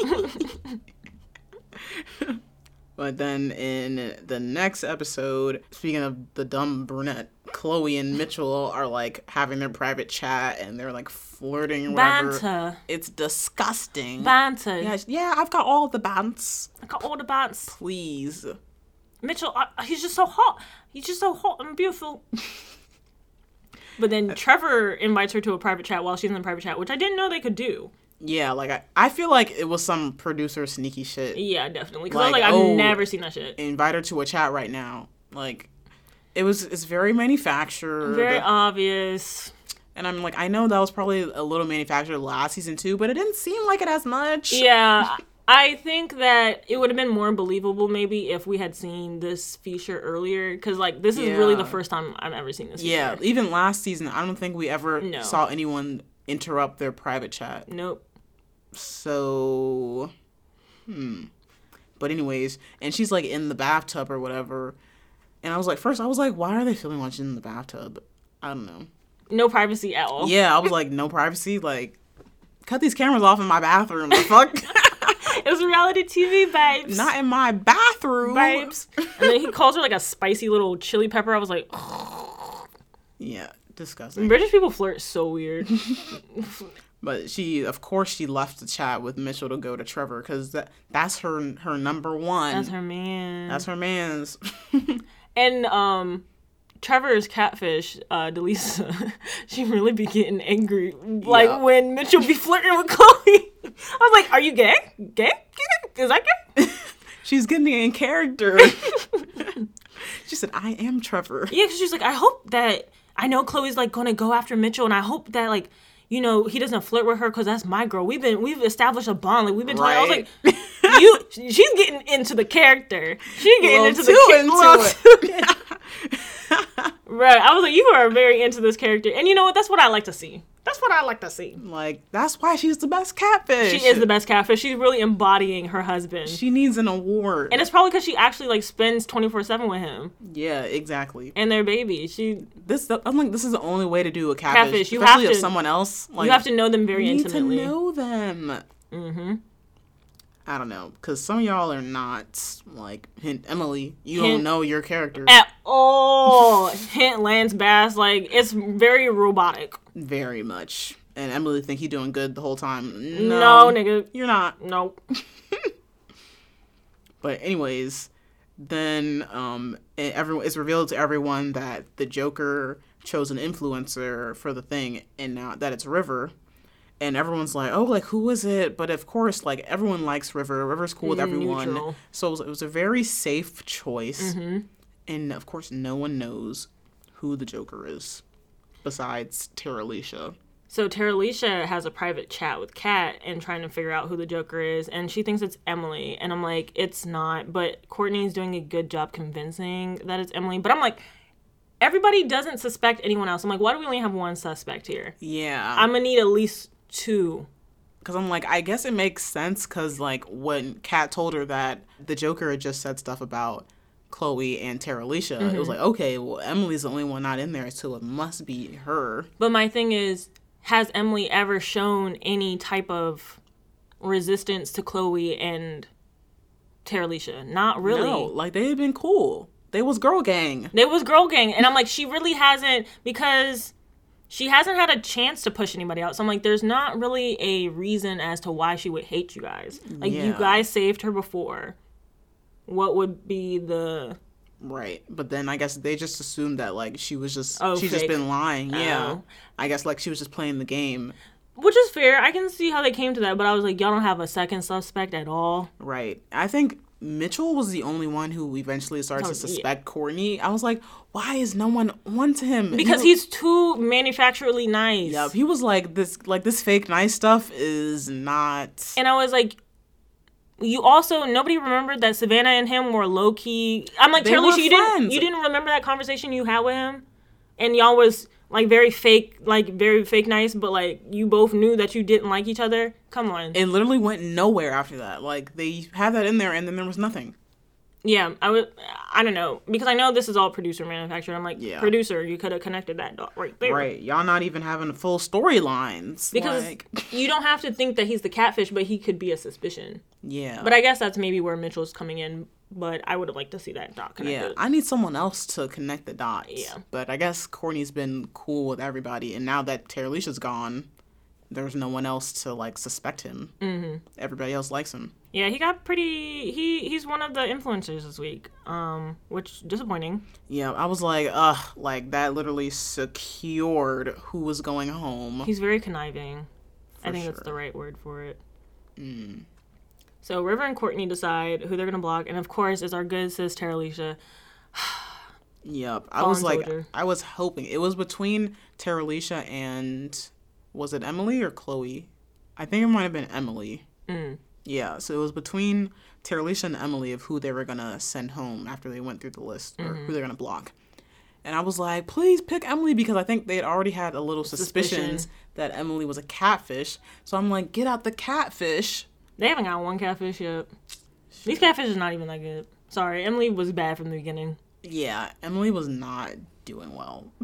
C: But then in the next episode, speaking of the dumb brunette, Chloe and Mitchell are like having their private chat and they're like flirting or whatever.
G: banter,
C: It's disgusting.
G: banter.
C: Yes, yeah, I've got all the bants.
G: I got all the bands.
C: Please.
G: Mitchell, I, he's just so hot. He's just so hot and beautiful. but
C: Uh,
G: then Trevor invites her to a private chat while she's in the private chat, which I didn't know they could do.
C: Yeah, like I, I feel like it was some producer sneaky shit.
G: Yeah, definitely. Because I was
C: Like,
G: like, I've
C: oh.
G: never seen that shit.
C: Invite her to a chat right now. Like it was it's very manufactured.
G: Very um, obvious.
C: and I'm like, I know that was probably a little manufactured last season too, but it didn't seem like it as much.
G: Yeah. I think that it would have been more believable maybe if we had seen this feature earlier. Because, like, this is really the
C: Yeah.
G: first time I've ever seen this.
C: Yeah,
G: feature.
C: even last season, I don't think we ever
G: No.
C: saw anyone interrupt their private chat.
G: Nope.
C: So, hmm. But anyways, and she's like in the bathtub or whatever, and I was like, first I was like, why are they filming watching in the bathtub? I don't know.
G: No privacy at all.
C: Yeah, I was like, no privacy. Like, cut these cameras off in my bathroom. The fuck,
G: It was reality TV, babes.
C: not in my bathroom.
G: babes. and then he calls her like a spicy little chili pepper. I was like,
C: Yeah, disgusting.
G: British people flirt so weird.
C: But she, of course, she left the chat with Mitchell to go to Trevor because that that's her her number one.
G: That's her man.
C: That's her man's.
G: and um, Trevor's catfish, uh, Delisa, she really be getting angry. Like
C: Yeah.
G: when Mitchell be flirting with Chloe. I was like, are you gay? Gay? Gay? Is that gay?
C: She's getting in character. she said, "I am Trevor."
G: yeah, 'cause she was like, I hope that I know Chloe's like gonna go after Mitchell, and I hope that like. You know he doesn't flirt with her because that's my girl. We've been we've established a bond. Like we've been talking. I was
C: Right.
G: like, you she's getting into the character. She's getting
C: Little
G: into the
C: too
G: cha-
C: into
G: little
C: it.
G: too in- right. I was like, you are very into this character, and you know what? That's what I like to see. That's what I like to see.
C: Like that's why she's the best catfish.
G: She is the best catfish. She's really embodying her husband,
C: She needs an award.
G: and it's probably because she actually like spends twenty four seven with him
C: yeah, exactly.
G: and their baby. She
C: This I'm like this is the only way to do a catfish,
G: Catfish, you
C: especially
G: have
C: if
G: to-
C: someone else. Like
G: you have to know them very
C: you need
G: intimately.
C: to know them. Mm-hmm. I don't know, cause some of y'all are not like hint Emily. You
G: Hint-
C: don't know your character
G: At all, hint Lance Bass, like it's very robotic.
C: very much, and Emily think he doing good the whole time.
G: No, nigga,
C: you're not.
G: no.
C: But anyways, then um, it, everyone it's revealed to everyone that the Joker chose an influencer for the thing, and now that it's River, and everyone's like, oh, like who was it? But of course, like everyone likes River. River's cool with everyone,
G: Neutral.
C: so it was, it was a very safe choice. And of course, no one knows who the Joker is besides Tara Alicia.
G: So Tara Alicia has a private chat with Kat and trying to figure out who the Joker is, and she thinks it's Emily. And I'm like, it's not. But Courtney's doing a good job convincing that it's Emily. But I'm like, everybody doesn't suspect anyone else. I'm like, why do we only have one suspect here?
C: Yeah,
G: I'm gonna need at least two.
C: Cause I'm like, I guess it makes sense. Cause like when Kat told her that the Joker had just said stuff about Chloe and Tara Alicia, it was
G: Mm-hmm.
C: like, okay, well Emily's the only one not in there, so it must be her.
G: But my thing is, has Emily ever shown any type of resistance to Chloe and Tara Alicia? Not really.
C: No, like they had been cool. They was girl gang.
G: It was girl gang, and I'm like, she really hasn't because she hasn't had a chance to push anybody out. So I'm like, there's not really a reason as to why she would hate you guys. Like you
C: Yeah.
G: guys saved her before. What would be the
C: Right. But then I guess they just assumed that like she was just
G: Oh,
C: she's
G: fake.
C: just been lying. Yeah.
G: Oh.
C: I guess like she was just playing the game.
G: which is fair. I can see how they came to that, but I was like, y'all don't have a second suspect at all.
C: Right. I think Mitchell was the only one who eventually started
G: Oh,
C: to
G: yeah.
C: suspect Courtney. I was like, why is no one on to him? And he
G: Because
C: was-
G: he's too manufacturally nice.
C: Yeah, he was like this like this fake nice stuff is not
G: And I was like, you also nobody remembered that Savannah and him were low key. I'm like,
C: They
G: Tara
C: were
G: Alicia, you didn't
C: friends.
G: you didn't remember that conversation you had with him, and y'all was like very fake, like very fake nice, but like you both knew that you didn't like each other. Come on,
C: it literally went nowhere after that. Like they had that in there and then there was nothing.
G: Yeah, I would. I don't know because I know this is all producer manufactured. I'm like,
C: Yeah.
G: producer, you could have connected that dot right there.
C: Right. Y'all not even having full storylines.
G: Because
C: like,
G: you don't have to think that he's the catfish, but he could be a suspicion.
C: yeah.
G: But I guess that's maybe where Mitchell's coming in. But I would have liked to see that dot connected.
C: yeah, I need someone else to connect the dots.
G: Yeah.
C: But I guess Courtney's been cool with everybody, and now that Teralisha's gone, there's no one else to like suspect him. Mm-hmm. Everybody else likes him.
G: yeah, he got pretty. He he's one of the influencers this week. Um, which disappointing.
C: Yeah, I was like, ugh, like that literally secured who was going home.
G: He's very conniving. I think that's the
C: sure. Mm.
G: right word for it. So River and Courtney decide who they're gonna block, and of course, it's our good sis Teralisha.
C: Yep. I was like,
G: soldier.
C: I was hoping it was between Teralisha and was it Emily or Chloe? I think it might have been Emily. Yeah. So it was between Teralisha and Emily of who they were gonna send home after they went through the list or who they're gonna block. And I was like, please pick Emily because I think they had already had a little suspicions that Emily was a catfish. So I'm like, get out the catfish.
G: They haven't got one catfish yet. These catfish is not even that good. Sorry, Emily was bad from the beginning.
C: Yeah, Emily was not doing well.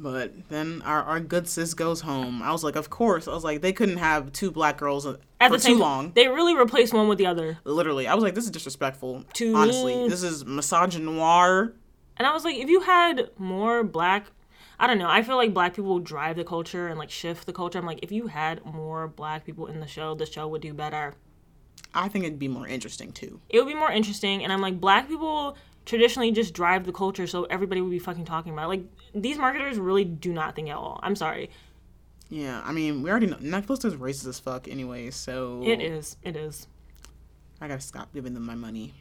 C: but then our, our good sis goes home. I was like, of course. I was like, they couldn't have two black girls uh, for
G: At the
C: too
G: same,
C: long.
G: They really replaced one with the other.
C: Literally, I was like, this is disrespectful.
G: To
C: honestly,
G: me-
C: this is misogynoir.
G: And I was like, if you had more black, I don't know. I feel like black people drive the culture and like shift the culture. I'm like, if you had more black people in the show, the show would do better.
C: I think it'd be more interesting too.
G: it would be more interesting. And I'm like, black people traditionally just drive the culture, so everybody would be fucking talking about it. Like, these marketers really do not think at all. I'm sorry.
C: Yeah, I mean, we already know Netflix is racist as fuck anyway, so
G: It is. It is.
C: I gotta stop giving them my money.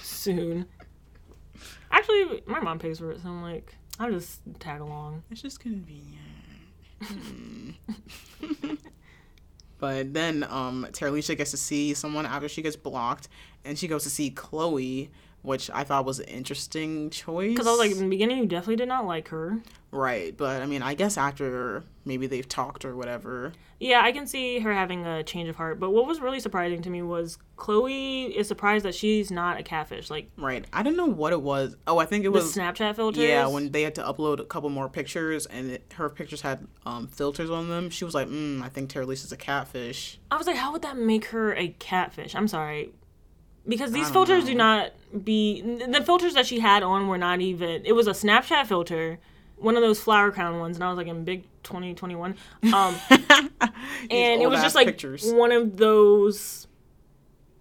G: Soon. Actually, my mom pays for it, so I'm like, I'll just tag along.
C: It's just convenient. Hmm. but then um Teralisha gets to see someone after she gets blocked and she goes to see Chloe, which I thought was an interesting choice.
G: Because I was like, in the beginning, you definitely did not like her.
C: Right, but I mean I guess after maybe they've talked or whatever.
G: Yeah, I can see her having a change of heart. But what was really surprising to me was Chloe is surprised that she's not a catfish. Like,
C: Right. I don't know what it was. Oh, I think it
G: the
C: was
G: Snapchat filters.
C: Yeah, when they had to upload a couple more pictures and it, her pictures had um, filters on them, she was like, mm, I think Teralisha's a catfish.
G: I was like, how would that make her a catfish? I'm sorry. Because these filters do not be the filters that she had on were not even it was a Snapchat filter, one of those flower crown ones, and I was like in big twenty twenty one. Um and it was
C: old-ass
G: just like
C: pictures.
G: one of those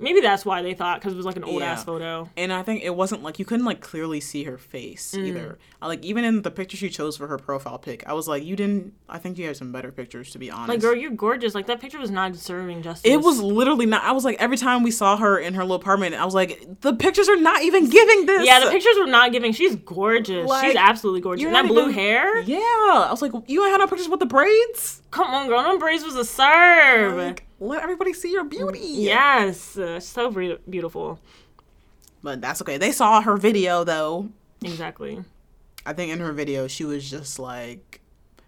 G: maybe that's why they thought because it was like an old
C: Yeah.
G: ass photo.
C: and I think it wasn't like you couldn't like clearly see her face
G: Mm-hmm.
C: either. I, like even in the picture she chose for her profile pic, I was like, you didn't. I think you had some better pictures to be honest.
G: Like, girl, you're gorgeous. Like that picture was not serving justice.
C: it was literally not. I was like, every time we saw her in her little apartment, I was like, the pictures are not even giving this.
G: Yeah, the pictures were not giving. She's gorgeous.
C: Like,
G: She's absolutely gorgeous.
C: you're
G: And that
C: not
G: blue
C: even-
G: hair.
C: Yeah, I was like, you ain't had no pictures with the braids.
G: Come on, girl. Them braids was a serve.
C: Like, let everybody see your beauty.
G: Yes, uh, so bre- beautiful.
C: but that's okay. They saw her video though.
G: Exactly.
C: I think in her video she was just like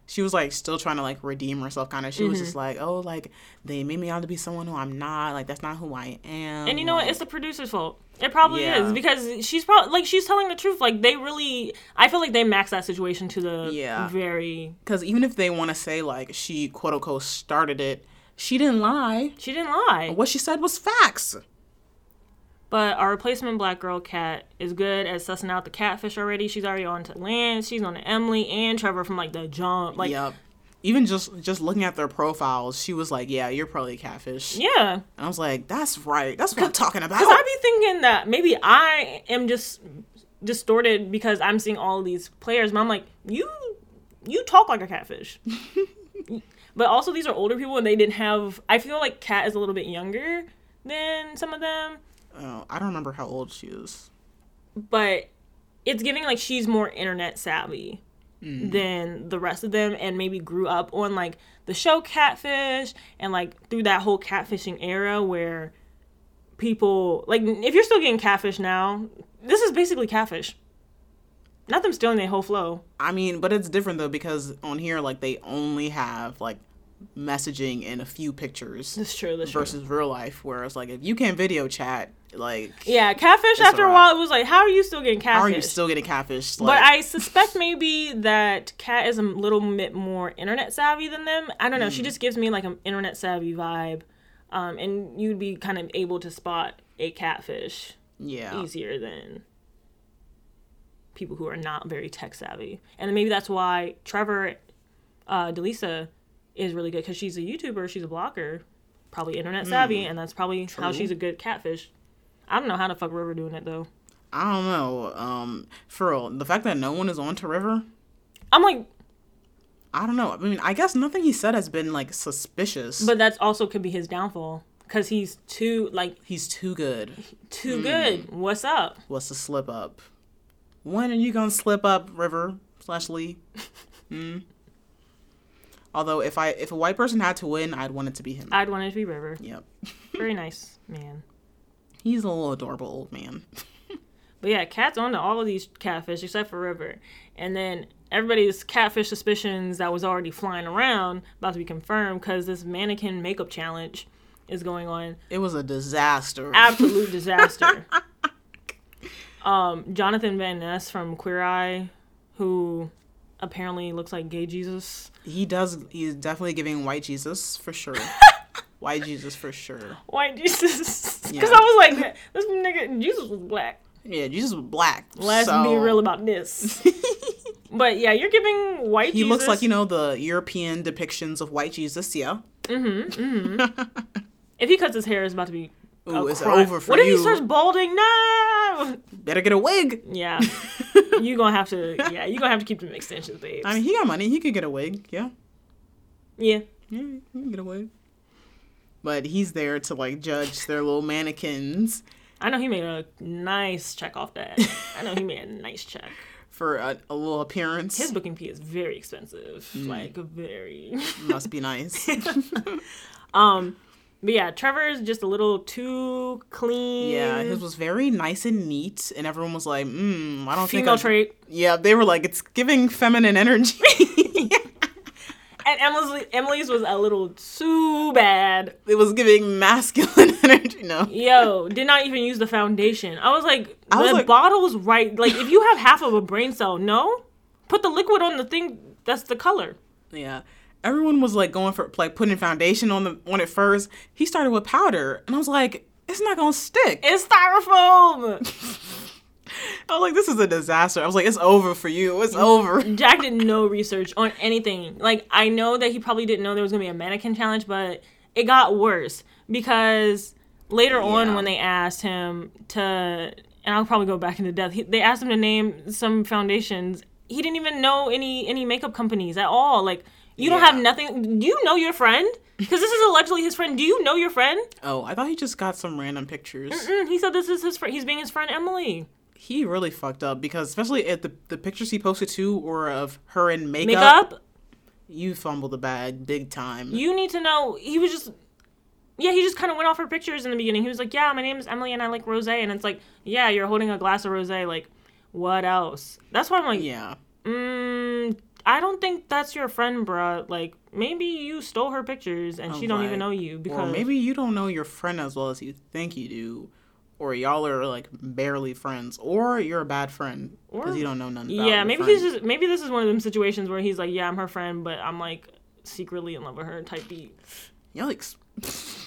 C: she was like still trying to like redeem herself kind of she was
G: Mm-hmm.
C: just like oh like they made me out to be someone who I'm not like that's not who I am
G: And you know what? It's the producer's fault. It probably
C: Yeah.
G: is because she's probably like she's telling the truth. Like they really, I feel like they maxed that situation to the
C: Yeah.
G: very.
C: because even if they want to say like she quote unquote started it she didn't lie
G: She didn't lie.
C: what she said was facts
G: But our replacement black girl cat is good at sussing out the catfish already. She's already on to Lance. She's on to Emily and Trevor from like the jump. Like
C: yep even just just looking at their profiles she was like yeah you're probably a catfish
G: yeah.
C: and I was like that's right that's what I'm talking about
G: Because I be thinking that maybe I am just distorted because I'm seeing all these players, but I'm like, you you talk like a catfish. but also these are older people and they didn't have I feel like Kat is a little bit younger than some of them.
C: oh, I don't remember how old she is
G: But it's giving like she's more internet savvy
C: Mm.
G: than the rest of them and maybe grew up on like the show catfish and like through that whole catfishing era where people like if you're still getting catfish now this is basically catfish not them stealing their whole flow
C: I mean, but it's different though because on here, like they only have like messaging and a few pictures
G: That's true. That's true.
C: versus real life, where it's like if you can't video chat, like
G: Yeah, catfish.
C: a
G: after a
C: wrap.
G: while, it was like, how are you still getting catfish?
C: how are you still getting catfish? Like,
G: But I suspect maybe that Kat is a little bit more internet savvy than them. I don't know. She just gives me like an internet savvy vibe, um, and you'd be kind of able to spot a catfish
C: yeah,
G: easier than people who are not very tech savvy. And maybe that's why Trevor, uh, Delisa, is really good because she's a YouTuber, she's a blogger, probably internet savvy, and that's probably how she's a good catfish. I don't know how the fuck River doing it though.
C: I don't know. Um, for real, the fact that no one is on to River,
G: I'm like,
C: I don't know. I mean, I guess nothing he said has been like suspicious.
G: But that's also could be his downfall because he's too like
C: he's too good.
G: too good. What's up?
C: What's the slip up? When are you gonna slip up, River slash Lee? Hmm. Although if I if a white person had to win, I'd want it to be him.
G: I'd want it to be River.
C: yep.
G: Very nice man.
C: He's a little adorable old man.
G: But yeah, cat's on to all of these catfish except for River, and then everybody's catfish suspicions that was already flying around about to be confirmed because this mannequin makeup challenge is going on.
C: It was a disaster.
G: Absolute disaster. um, Jonathan Van Ness from Queer Eye, who apparently looks like gay Jesus.
C: he does. He's definitely giving white Jesus for sure. white Jesus for sure.
G: white Jesus. Because
C: Yeah.
G: I was like, this nigga, Jesus was black.
C: Yeah, Jesus was black.
G: Let's
C: so
G: be real about this. but yeah, you're giving white
C: He
G: Jesus.
C: looks like you know the European depictions of white Jesus. Yeah.
G: If he cuts his hair, it's about to be. a
C: Ooh, it's
G: crime.
C: over for
G: Oh, What if
C: you.
G: he starts balding? No!
C: Better get a wig.
G: Yeah. you gonna have to, yeah, you gonna have to keep them extensions, babes.
C: I mean, he got money. He could get a wig. Yeah.
G: yeah.
C: Yeah, you can get away. But he's there to like judge their little mannequins
G: I know he made a nice check off that. I know he made a nice check.
C: for a, a little appearance.
G: His booking fee is very expensive.
C: Mm.
G: Like, very.
C: Must be nice.
G: But yeah, Trevor's just a little too clean.
C: yeah, his was very nice and neat, and everyone was like, "Hmm, I don't think."
G: female
C: I'm-"
G: trait.
C: Yeah, they were like, "It's giving feminine energy."
G: And Emily's, Emily's was a little too bad.
C: it was giving masculine energy. No,
G: Yo, did not even use the foundation. I was like, the
C: was like-
G: bottle was right. Like, if you have half of a brain cell, no, put the liquid on the thing that's the color.
C: yeah. Everyone was like going for like putting foundation on the on it first. He started with powder, and I was like, "It's not gonna stick."
G: It's styrofoam.
C: I was like, "This is a disaster." I was like, "It's over for you. It's over."
G: Jack did no research on anything. Like, I know that he probably didn't know there was gonna be a mannequin challenge, but it got worse because later on when they asked him to. And I'll probably go back into depth. He, they asked him to name some foundations. He didn't even know any any makeup companies at all. Like you don't have nothing. Do you know your friend? Because this is allegedly his friend. Do you know your friend?
C: Oh, I thought he just got some random pictures.
G: Mm, he said this is his friend. He's being his friend Emily.
C: He really fucked up because especially at the the pictures he posted too were of her in makeup.
G: Makeup.
C: You fumbled the bag big time.
G: you need to know he was just yeah he just kind of went off her pictures in the beginning he was like yeah my name is emily and i like rose and it's like yeah you're holding a glass of rose like what else that's why i'm like
C: yeah.
G: mm, i don't think that's your friend bruh like maybe you stole her pictures and she don't
C: Right.
G: even know you
C: Or
G: because
C: maybe you don't know your friend as well as you think you do. Or y'all are like barely friends. Or you're a bad friend
G: Or-
C: because you don't know nothing about
G: yeah
C: your
G: maybe
C: friend.
G: he's just maybe this is one of them situations where he's like yeah i'm her friend but i'm like secretly in love with her type beat
C: Yikes.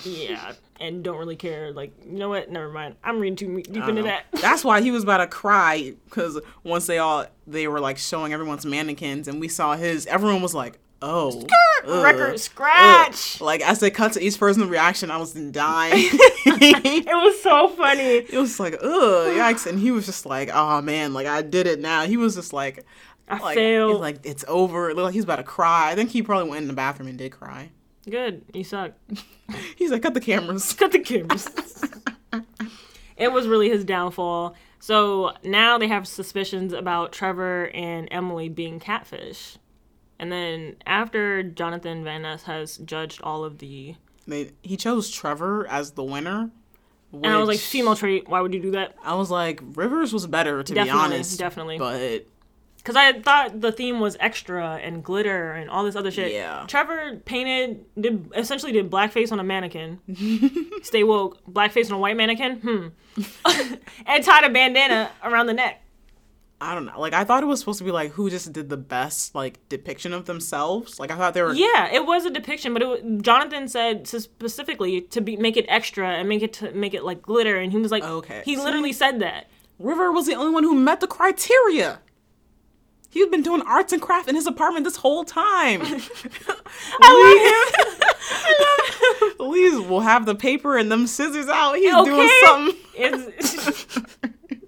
G: yeah and don't really care like you know what never mind i'm reading too deep into
C: No.
G: that
C: That's why he was about to cry because once they all they were like showing everyone's mannequins and we saw his, everyone was like, "Oh, ugh,
G: record
C: ugh.
G: scratch
C: Like as they cut to each person's reaction, I was dying.
G: It was so funny.
C: it was like, ugh, yikes! And he was just like, oh man, like I did it now. He was just like,
G: I
C: like, he's
G: failed.
C: like it's over. It looked like he's about to cry. I think he probably went in the bathroom and did cry.
G: Good, you suck.
C: He's like, cut the cameras.
G: Cut the cameras. it was really his downfall. So now they have suspicions about Trevor and Emily being catfish. And then after Jonathan Van Ness has judged all of the,
C: They, he chose Trevor as the winner.
G: and I was like,
C: which-
G: female trait. Why would you do that?
C: I was like, Rivers was better to
G: Definitely,
C: be honest.
G: definitely.
C: But
G: Because I thought the theme was extra and glitter and all this other shit.
C: Yeah.
G: Trevor painted, did essentially did blackface on a mannequin. Stay woke. Blackface on a white mannequin? Hmm. and tied a bandana around the neck.
C: I don't know. Like I thought it was supposed to be like who just did the best like depiction of themselves. Like I thought they were
G: Yeah, it was a depiction, but it wa- Jonathan said to specifically to be make it extra and make it to make it like glitter, and he was like,
C: Okay.
G: He literally said that.
C: River was the only one who met the criteria. He'd been doing arts and craft in his apartment this whole time. I love him. Please, we'll have the paper and them scissors out. He's doing
G: Okay.
C: something.
G: It's,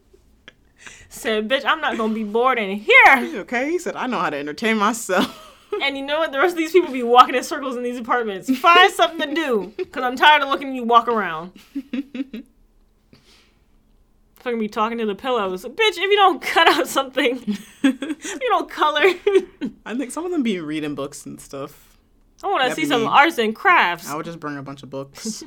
G: said, bitch, I'm not gonna be bored in here.
C: Okay, he said, I know how to entertain myself.
G: And you know what? The rest of these people be walking in circles in these apartments. Find something to do, cause I'm tired of looking at you walk around. Fucking be talking to the pillows, bitch. If you don't cut out something, if you don't color.
C: I think some of them be reading books and stuff.
G: I want to
C: That'd
G: see
C: be
G: some
C: me.
G: arts and crafts.
C: I would just bring a bunch of books.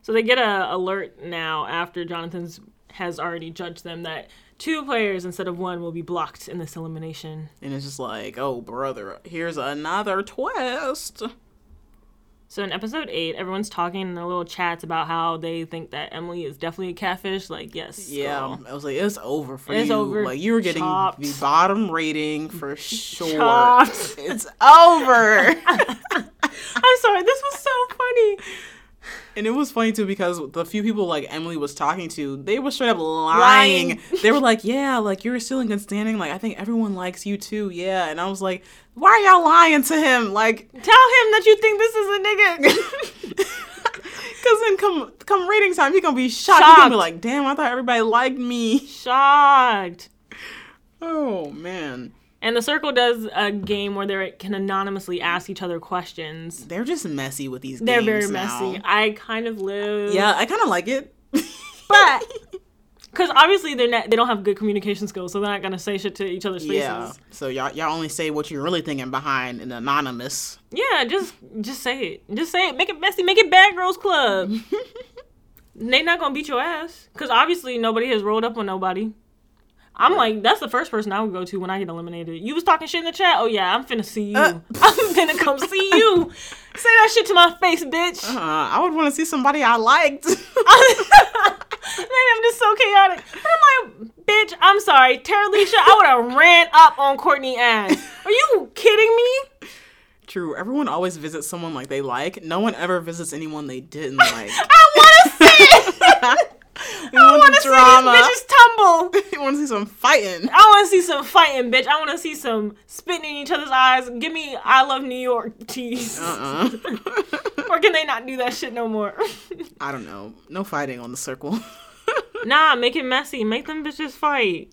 G: So they get a alert now after Jonathan's has already judged them that two players instead of one will be blocked in this elimination.
C: and it's just like, oh, brother, here's another twist.
G: So in episode eight, everyone's talking in their little chats about how they think that Emily is definitely a catfish. Like, yes,
C: Yeah,
G: girl.
C: I was like, it's over for
G: It's
C: you.
G: over.
C: Like you were getting
G: Chopped.
C: the bottom rating for sure.
G: Chopped.
C: It's over.
G: I'm sorry, this was so funny.
C: and it was funny too because the few people like Emily was talking to, they were straight up lying.
G: Lying.
C: They were like, "Yeah, like you're still in good standing. Like I think everyone likes you too. Yeah." And I was like, "Why are y'all lying to him? Like
G: Tell him that you think this is a nigga.
C: Cause then come come ratings time, he gonna be shocked. He gonna
G: Shocked.
C: be like, damn, I thought everybody liked me.
G: Shocked.
C: Oh man.
G: And the circle does a game where they can anonymously ask each other questions.
C: They're just messy with these
G: They're
C: games.
G: very
C: now.
G: messy. I kind of live.
C: Yeah, I kinda like it.
G: but because obviously they're not, they don't have good communication skills, so they're not gonna say shit to each other's faces.
C: yeah.
G: Yeah,
C: So y'all y'all only say what you're really thinking behind an anonymous.
G: just just say it, just say it, make it messy, make it bad girls club. they not gonna beat your ass because obviously nobody has rolled up on nobody. I'm like, that's the first person I would go to when I get eliminated. You was talking shit in the chat. Oh yeah, I'm finna see you. I'm finna come see you. Say that shit to my face, bitch.
C: Uh, I would wanna see somebody I liked.
G: Man, I'm just so chaotic. But I'm like, bitch, I'm sorry. Tara Leisha, I would have ran up on Courtney ass. Are you kidding me?
C: True. Everyone always visits someone like they like. No one ever visits anyone they didn't like.
G: I want to see it.
C: we want
G: I want to see these bitches tumble.
C: you wanna see some fighting.
G: I want to see some fighting, bitch. I want to see some spitting in each other's eyes. Give me I love New York tease.
C: Uh-uh.
G: Or can they not do that shit no more?
C: I don't know. No fighting on the circle.
G: nah, make it messy. Make them bitches fight.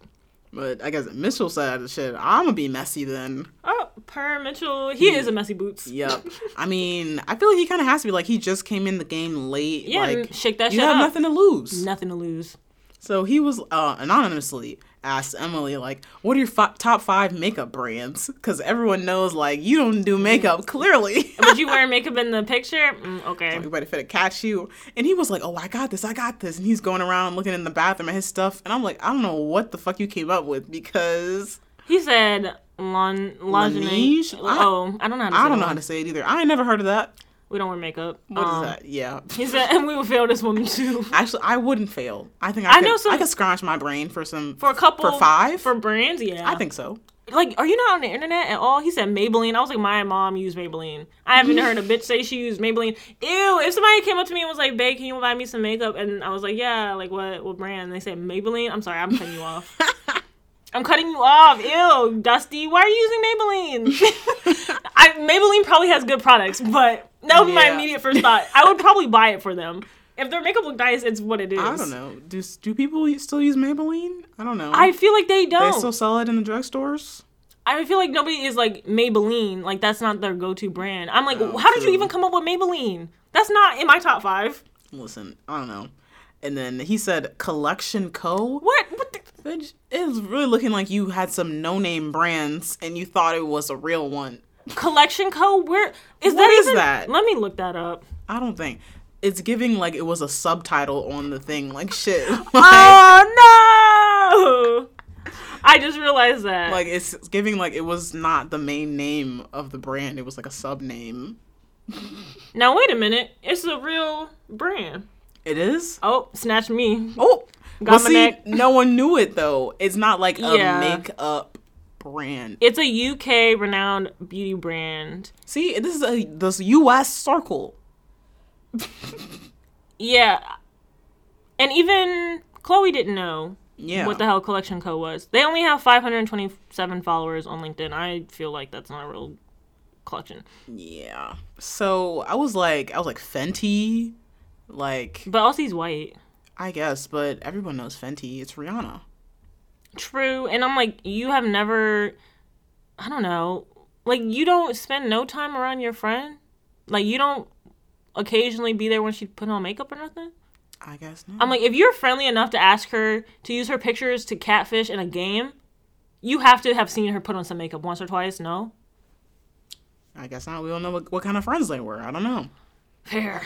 C: But I guess Mitchell said, shit, I'm gonna be messy then.
G: Oh, Per Mitchell, he is a messy boots.
C: Yep. I mean, I feel like he kind of has to be like, he just came in the game late.
G: Yeah,
C: like,
G: shake that
C: you
G: shit
C: have
G: up.
C: nothing to lose.
G: Nothing to lose.
C: So he was uh, anonymously asked Emily, like, what are your fi- top five makeup brands? Because everyone knows, like, you don't do makeup, clearly.
G: Would you wear makeup in the picture? Mm, okay.
C: Everybody fit to catch you. And he was like, oh, I got this, I got this. And he's going around looking in the bathroom at his stuff. And I'm like, I don't know what the fuck you came up with because
G: He said lon lingerie.
C: Laneige? I-
G: Oh, I don't know. How to say
C: I don't know
G: that.
C: how to say it either. I ain't never heard of that.
G: We don't wear makeup.
C: What is
G: Um,
C: that? Yeah.
G: He said, and we will fail this woman too.
C: Actually, I wouldn't fail. I think I,
G: I
C: could,
G: know some-
C: I could scrounge my brain for some
G: For a couple.
C: for five.
G: For brands, yeah.
C: I think so.
G: Like, are you not on the internet at all? He said Maybelline. I was like, my mom used Maybelline. I haven't heard a bitch say she used Maybelline. Ew. If somebody came up to me and was like, babe, can you buy me some makeup? And I was like, yeah, like what, what brand? And they said Maybelline. I'm sorry, I'm cutting you off. I'm cutting you off. Ew, Dusty. Why are you using Maybelline? I, Maybelline probably has good products, but that would be my
C: Yeah.
G: immediate first thought. I would probably buy it for them. If their makeup looked nice, it's what it is.
C: I don't know. Do do people u- still use Maybelline? I don't know.
G: I feel like they don't.
C: they still sell it in the drugstores.
G: I feel like nobody is like Maybelline. Like that's not their go-to brand. I'm like, how did you
C: true.
G: even come up with Maybelline? That's not in my top five.
C: Listen, I don't know. And then he said Collection Co.
G: What? What? The-
C: Bitch, It was really looking like you had some no-name brands and you thought it was a real one.
G: Collection Co. Where is
C: What
G: that?
C: is
G: even-
C: that?
G: Let me look that up.
C: I don't think. It's giving like it was a
G: Ah!
C: subtitle on the thing, like shit. Like,
G: Oh no! I just realized that.
C: Like it's giving like it was not the main name of the brand. It was like a sub name.
G: now wait a minute, it's a real brand.
C: It is.
G: Oh, snatch me.
C: Oh, well,
G: my
C: see,
G: neck.
C: no one knew it though. It's not like a
G: Yeah.
C: makeup brand.
G: It's a UK renowned beauty brand.
C: see, this is a this U.S. circle.
G: Yeah, and even Chloe didn't know
C: Yeah.
G: what the hell Collection Co was. They only have 527 followers on LinkedIn. I feel like that's not a real collection.
C: Yeah. So I was like, I was like Fenty, like
G: But also he's white.
C: I guess, but everyone knows Fenty. It's Rihanna.
G: True. And I'm like, you have never, I don't know, like, you don't spend no time around your friend. Like, you don't occasionally be there when she put on makeup or nothing.
C: I guess not.
G: I'm like, if you're friendly enough to ask her to use her pictures to catfish in a game, you have to have seen her put on some makeup once or twice. No?
C: I guess not. We don't know what, what kind of friends they were. I don't know.
G: Fair.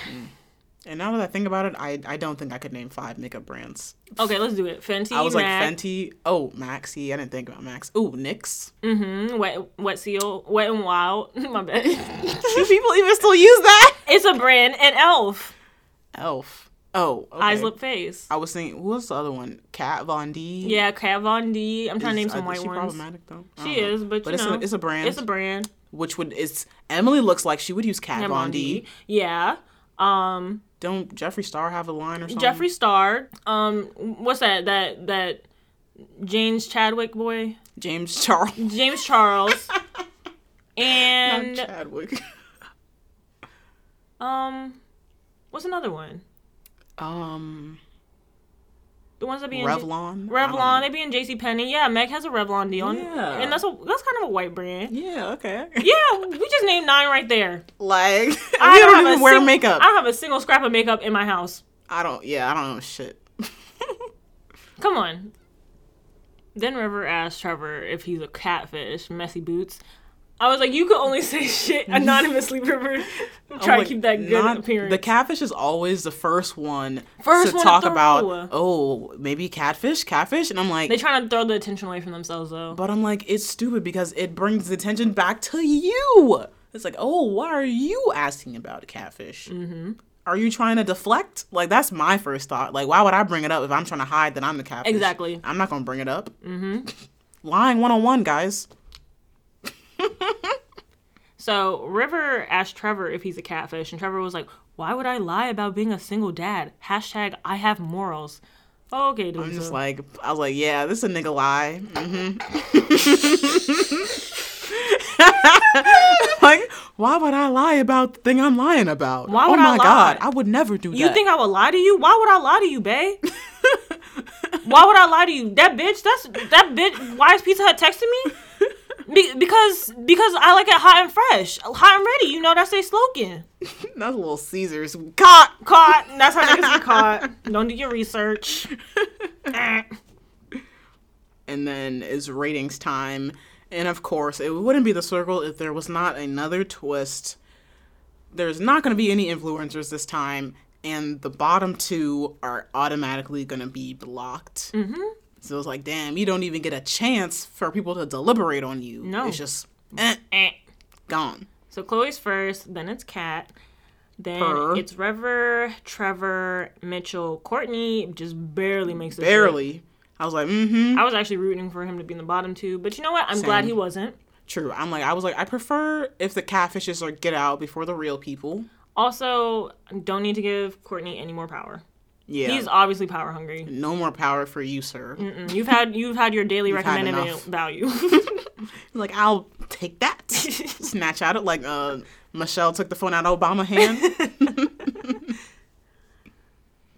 C: And now that I think about it, I I don't think I could name five makeup brands.
G: Okay, let's do it. Fenty,
C: I was
G: MAC,
C: like Fenty. Oh, Maxi. I didn't think about Max. Ooh, NYX.
G: wet, wet Seal, Wet and Wild. My bad.
C: Do people even still use that?
G: it's a brand. And Elf.
C: Elf. Oh, okay.
G: Eyes, Lip, Face.
C: I was thinking, who was the other one? Kat Von D.
G: Yeah, Kat Von D. I'm trying to name
C: Is-
G: some
C: uh,
G: white
C: she
G: ones.
C: problematic though. I
G: She
C: don't know.
G: is, but,
C: but
G: you
C: it's
G: know,
C: a it's a brand.
G: It's a brand.
C: which would it's Emily looks like she would use Kat
G: Kat
C: Von D.
G: Yeah. Um,
C: Don't Jeffree Star have a line or something?
G: Jeffree Star. Um, what's that? That that James Chadwick boy,
C: James Charles
G: James Charles, and
C: Chadwick.
G: um, what's another one?
C: Um,
G: The ones that be in
C: Revlon. I don't
G: Revlon.
C: know.
G: They be in J.C. Penney. Yeah, Meg has a Revlon deal, and-
C: Yeah.
G: and that's a that's kind of a white brand.
C: Yeah. Okay.
G: Yeah, we just named nine right there.
C: Like we
G: I
C: don't,
G: have
C: even
G: a
C: wear
G: sing-
C: makeup.
G: I don't have a single scrap of makeup in my house.
C: I don't. Yeah. I don't know shit.
G: Come on. Then River asked Trevor if he's a catfish, messy boots. I was like, you could only say shit anonymously, River. Try
C: Like,
G: to keep that good
C: not-
G: appearance.
C: The catfish is always the first one
G: First
C: to
G: one to
C: talk
G: throw.
C: about. Oh, maybe catfish, catfish, and I'm like,
G: they trying to throw the attention away from themselves, though.
C: But I'm like, it's stupid because it brings the attention back to you. It's like, oh, why are you asking about catfish? Mm-hmm. Are you trying to deflect? Like, that's my first thought. Like, why would I bring it up if I'm trying to hide that I'm the catfish?
G: Exactly.
C: I'm not going to bring it up. Mm-hmm. Lying one on one, guys.
G: so River asked Trevor if he's a catfish, and Trevor was like, why would I lie about being a single dad? Hashtag I have morals. Okay, dude.
C: I'm just like, I was like, yeah, this is a nigga lie. Mm-hmm. like, why would I lie about the thing I'm lying about?
G: Why
C: oh
G: would I
C: my
G: lie?
C: God, I would never do
G: you
C: that.
G: think I would lie to you? Why would I lie to you, bae? why would I lie to you? That bitch. That's that bitch. Why is Pizza Hut texting me? Be- because because I like it hot and fresh, hot and ready. You know that's their slogan.
C: That's little Caesars. God.
G: Caught. That's how niggas get caught. Don't do your research. Eh.
C: And then is ratings time. And of course, it wouldn't be the circle if there was not another twist. There's not going to be any influencers this time, and the bottom two are automatically going to be blocked. Mm-hmm. So it's like, damn, you don't even get a chance for people to deliberate on you.
G: No.
C: it's just eh,
G: Eh.
C: gone.
G: so Chloe's first, then it's Kat, then
C: Purr.
G: it's Rever, Trevor, Mitchell, Courtney. Just barely makes it. through.
C: Barely. I was like, mm-hmm.
G: I was actually rooting for him to be in the bottom two, but you know what? I'm glad
C: Same.
G: he wasn't.
C: True. I'm like, I was like, I prefer if the catfishes are get out before the real people.
G: Also, don't need to give Courtney any more power.
C: Yeah.
G: He's obviously power hungry.
C: no more power for you, sir.
G: Mm, You've had you've had your daily
C: had
G: recommended val-
C: enough.
G: value.
C: Like, I'll take that. Snatch out it like uh, Michelle took the phone out of Obama's hand.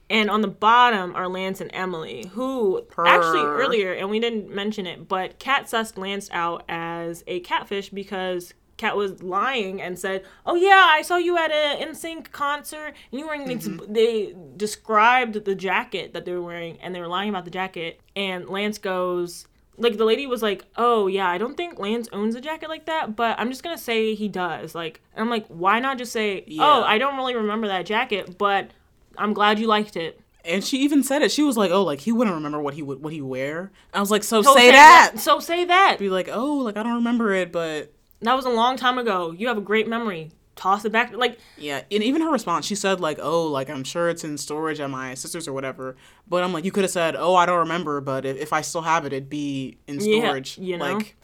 G: and on the bottom are Lance and Emily, who actually
C: Purr.
G: earlier and we didn't mention it, but Kat sussed Lance out as a catfish because Kat was lying and said, "Oh yeah, I saw you at a NSYNC concert and you were wearing these."
C: Mm-hmm.
G: They described the jacket that they were wearing and they were lying about the jacket. And Lance goes, like the lady was like, "Oh yeah, I don't think Lance owns a jacket like that, but I'm just gonna say he does." Like, and I'm like, why not just say, "Oh, I don't really remember that jacket, but I'm glad you liked it."
C: And she even said it. She was like, "Oh, like he wouldn't remember what he would what he wear." I was like, "So,
G: So
C: say, that."
G: So say that.
C: Be like, "Oh, like I don't remember it, but
G: That was a long time ago. You have a great memory. Toss it back. Like
C: yeah." And even her response, she said like, "Oh, like I'm sure it's in storage at my sister's or whatever." But I'm like, you could have said, "Oh, I don't remember, but if, if I still have it, it'd be in
G: Yeah,
C: storage."
G: you know?
C: Like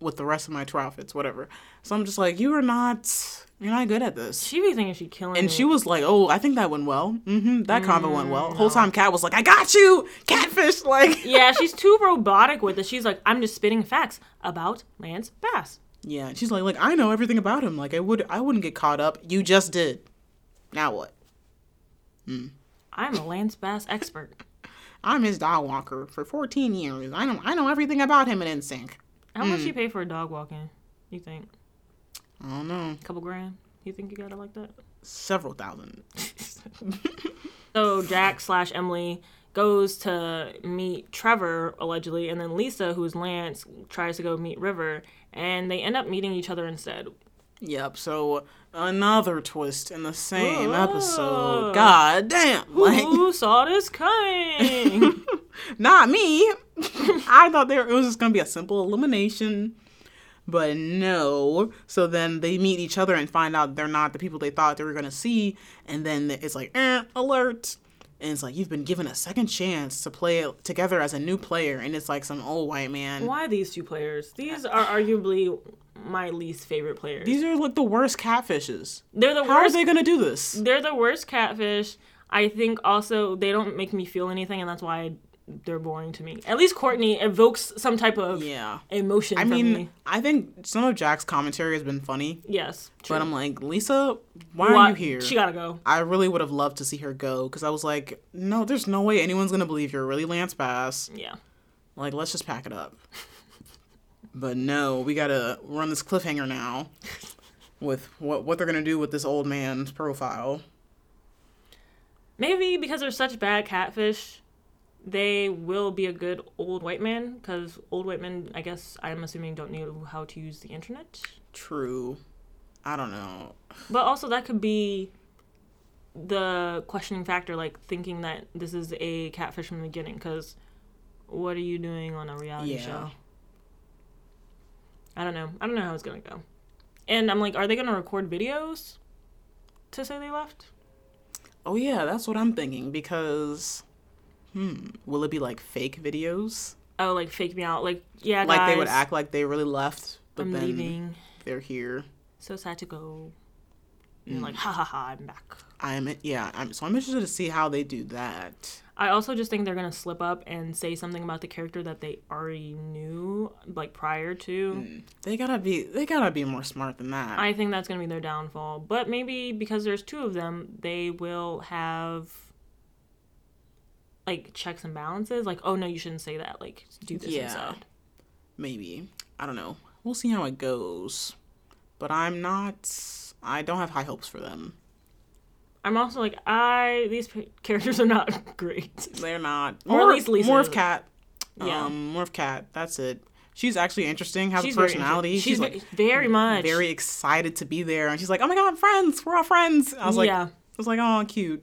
C: with the rest of my two outfits, whatever. So I'm just like, you are not, you're not good at this.
G: she be thinking she killing.
C: And
G: it.
C: she was like, "Oh, I think that went well. hmm that combo went well." Whole time, Cat was like, "I got you, catfish." Like,
G: yeah, she's too robotic with it. She's like, I'm just spitting facts about Lance Bass.
C: yeah. She's like, "Like I know everything about him. Like I would, I wouldn't get caught up. You just did. Now what?
G: I'm a Lance Bass expert.
C: I'm his dog walker for 14 years. I know, I know everything about him in NSYNC.
G: How much you pay for a dog walking? You think
C: Hmm. I don't know,
G: a couple grand? You think you got it like that?
C: several thousand.
G: So Jack slash Emily goes to meet Trevor allegedly, and then Lisa, who's Lance, tries to go meet River, and they end up meeting each other instead.
C: Yep. So another twist in the same episode. God damn. Like,
G: Who saw this coming?
C: not me. I thought there it was just gonna be a simple elimination, but no. So then they meet each other and find out they're not the people they thought they were gonna see, and then it's like eh, alert, and it's like you've been given a second chance to play together as a new player, and it's like some old white man.
G: Why these two players? These are arguably my least favorite players.
C: These are like the worst catfishes.
G: They're the
C: How are
G: worst. Mm.
C: they gonna do this?
G: They're the worst catfish. I think also they don't make me feel anything, and that's why they're boring to me. At least Courtney evokes some type of
C: Yeah.
G: emotion.
C: I
G: from
C: mean,
G: me.
C: I think some of Jack's commentary has been funny,
G: yes,
C: but I'm like, Lisa, why,
G: Why-
C: are you here?
G: She gotta go.
C: I really would have loved to see her go because I was like, no, there's no way anyone's gonna believe you're really Lance Bass.
G: Yeah.
C: Like, let's just pack it up. but no, we gotta run this cliffhanger now with what what they're gonna do with this old man's profile.
G: Maybe because they're such bad catfish, they will be a good old white man. Because old white men, I guess, I'm assuming, don't know how to use the internet.
C: True. I don't know.
G: But also, that could be the questioning factor, like thinking that this is a catfish from the beginning. Because what are you doing on a reality
C: Yeah.
G: show? I don't know. I don't know how it's gonna go. And I'm like, are they gonna record videos to say they left?
C: Oh yeah, that's what I'm thinking because hmm, will it be like fake videos?
G: Oh, like fake me out. Like yeah,
C: Like they would
G: guys,
C: act like they really left, but
G: I'm
C: then
G: leaving.
C: they're here.
G: So sad to go. And
C: Mm.
G: you're like, ha ha ha, I'm back.
C: I'm yeah. I'm so I'm interested to see how they do that.
G: I also just think they're gonna slip up and say something about the character that they already knew, like prior to.
C: Mm. They gotta be they gotta be more smart than that.
G: I think that's gonna be their downfall. But maybe because there's two of them, they will have like checks and balances. Like, oh no, you shouldn't say that. Like, do this
C: Yeah.
G: instead.
C: Maybe. I don't know. We'll see how it goes. But I'm not I don't have high hopes for them.
G: I'm also like, I these p- characters are not great.
C: They're not
G: Or at
C: more,
G: least Lisa
C: more of
G: isn't.
C: cat.
G: Yeah.
C: Um more of cat. That's it. She's actually interesting, has
G: She's
C: a
G: very inter-
C: personality.
G: She's,
C: she's
G: ve-
C: like
G: very much
C: very excited to be there and she's like, Oh my god, I'm friends, we're all friends. I was like
G: Yeah.
C: I was like, Oh cute.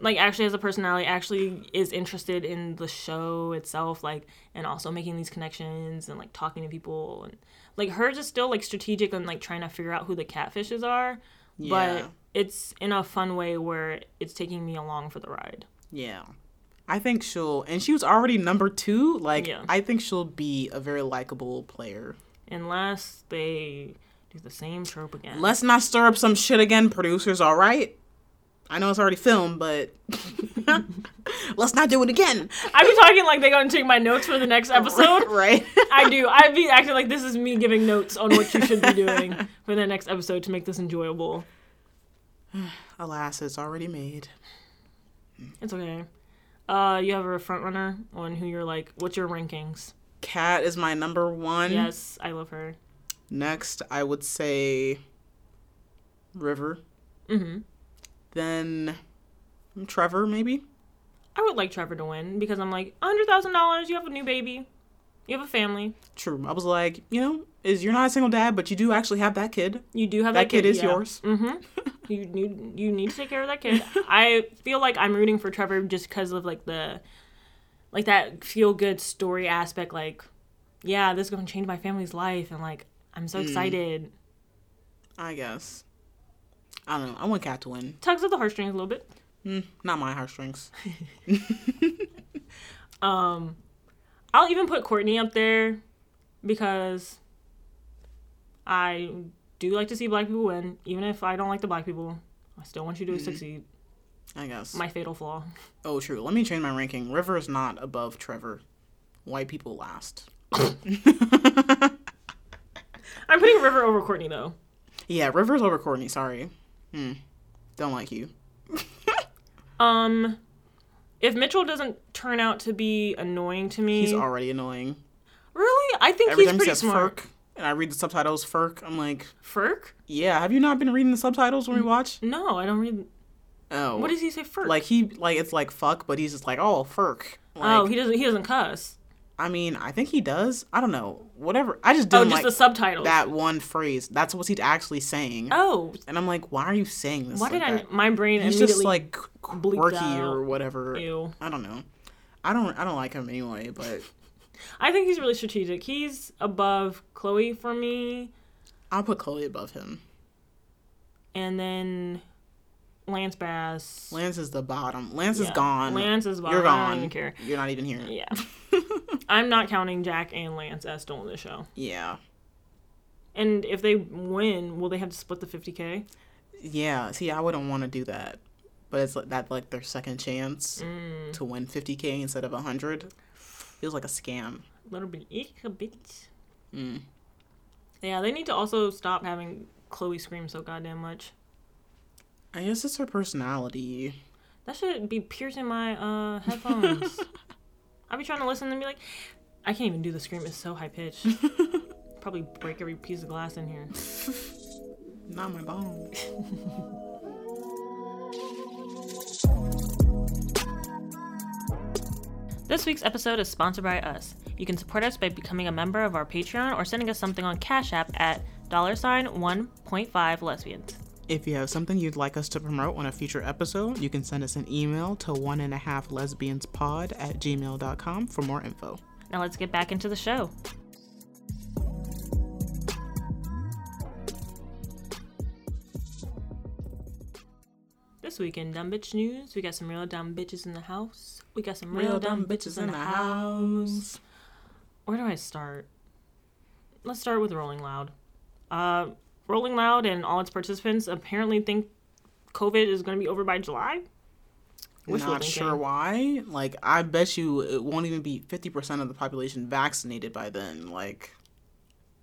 G: like actually has a personality actually is interested in the show itself like and also making these connections and like talking to people and like hers is still like strategic and like trying to figure out who the catfishes are
C: Yeah.
G: but it's in a fun way where it's taking me along for the ride
C: Yeah. I think she'll and she was already number two. Like
G: Yeah.
C: I think she'll be a very likable player.
G: unless they do the same trope again
C: Let's not stir up some shit again, producers, all right? I know it's already filmed, but let's not do it again.
G: i be talking like they're gonna take my notes for the next episode
C: right?
G: i do i be acting like this is me giving notes on what you should be doing for the next episode to make this enjoyable
C: Alas, it's already made.
G: It's okay. Uh, you have a front runner on who you're like. What's your rankings?
C: Cat is my number one.
G: Yes, I love her.
C: Next, I would say River. Mm-hmm. Then Trevor, maybe.
G: I would like Trevor to win because I'm like hundred thousand dollars. You have a new baby. You have a family.
C: True. I was like, you know, is you're not a single dad, but you do actually have that kid.
G: You do have
C: That,
G: that,
C: kid, is
G: yeah. Mm.
C: yours.
G: you need you need to take care of that kid. I feel like I'm rooting for Trevor just because of like the like that feel good story aspect. Like, yeah, this is gonna change my family's life, and like I'm
C: Mm.
G: so excited.
C: I guess. I don't know. I want Cat to win.
G: Tugs at the heartstrings a little bit.
C: Not my heartstrings.
G: I'll even put Courtney up there because I do like to see black people win, even if I don't like the black people. I still want you to
C: Mm-hmm.
G: succeed.
C: I guess.
G: My fatal flaw.
C: oh, true. Let me change my ranking. River is not above Trevor. White people last.
G: I'm putting River over Courtney though.
C: Yeah, River's over Courtney. Sorry. Hmm. Don't like you.
G: Um, if Mitchell doesn't turn out to be annoying to me,
C: He's already annoying.
G: really, I think
C: Every
G: he's
C: time he
G: pretty
C: says
G: smart.
C: Ferk, and I read the subtitles, Ferk, I'm like,
G: Ferk?
C: yeah, have you not been reading the subtitles when we watch?
G: No, I don't read.
C: Oh.
G: Mm. What does he say? Ferk?
C: Like, he, like, it's like fuck, but he's just like, oh, Ferk. Like,
G: oh, he doesn't. He doesn't cuss.
C: I mean, I think he does. I don't know. Whatever. I just
G: Oh,
C: didn't
G: just
C: like
G: the subtitles.
C: that one phrase. That's what he's actually saying.
G: oh,
C: And I'm like, why are you saying this?
G: why did
C: like
G: I?
C: that?
G: My brain
C: He's
G: immediately.
C: just like qu- quirky
G: out.
C: or whatever.
G: Ew.
C: I don't know. I don't. I don't like him anyway. But
G: I think he's really strategic. He's above Chloe for me,
C: I'll put Chloe above him.
G: and then Lance Bass.
C: Lance is the bottom. Lance is
G: Yeah.
C: gone.
G: Lance is bottom.
C: You're
G: I
C: gone.
G: don't even care.
C: You're not even here. Yeah.
G: Yeah. I'm not counting Jack and Lance as still on the show.
C: yeah.
G: And if they win, will they have to split the 50k?
C: See, I wouldn't want to do that. But it's like that like their second chance
G: Mm.
C: to win 50k instead of 100. Feels like a scam.
G: little bit eek a bit. Yeah, they need to also stop having Chloe scream so goddamn much.
C: I guess it's her personality.
G: That should be piercing my uh headphones. I be trying to listen and be like, I can't even do the scream. It's so high pitched. Probably break every piece of glass in here.
C: Not my bone.
G: This week's episode is sponsored by us. You can support us by becoming a member of our Patreon or sending us something on Cash App at dollar sign 1.5 lesbians.
C: If you have something you'd like us to promote on a future episode, you can send us an email to one and a half lesbianspod at gmail.com for more info.
G: Now let's get back into the show. This week in Dumb Bitch News, we got some real dumb bitches in the house. We got some real, dumb, bitches in the house. Where do I start? Let's start with Rolling Loud. Uh, Rolling Loud and all its participants apparently think COVID is going to be over by July. Wishful
C: Not
G: thinking.
C: sure why. Like, I bet you it won't even be 50% of the population vaccinated by then. Like,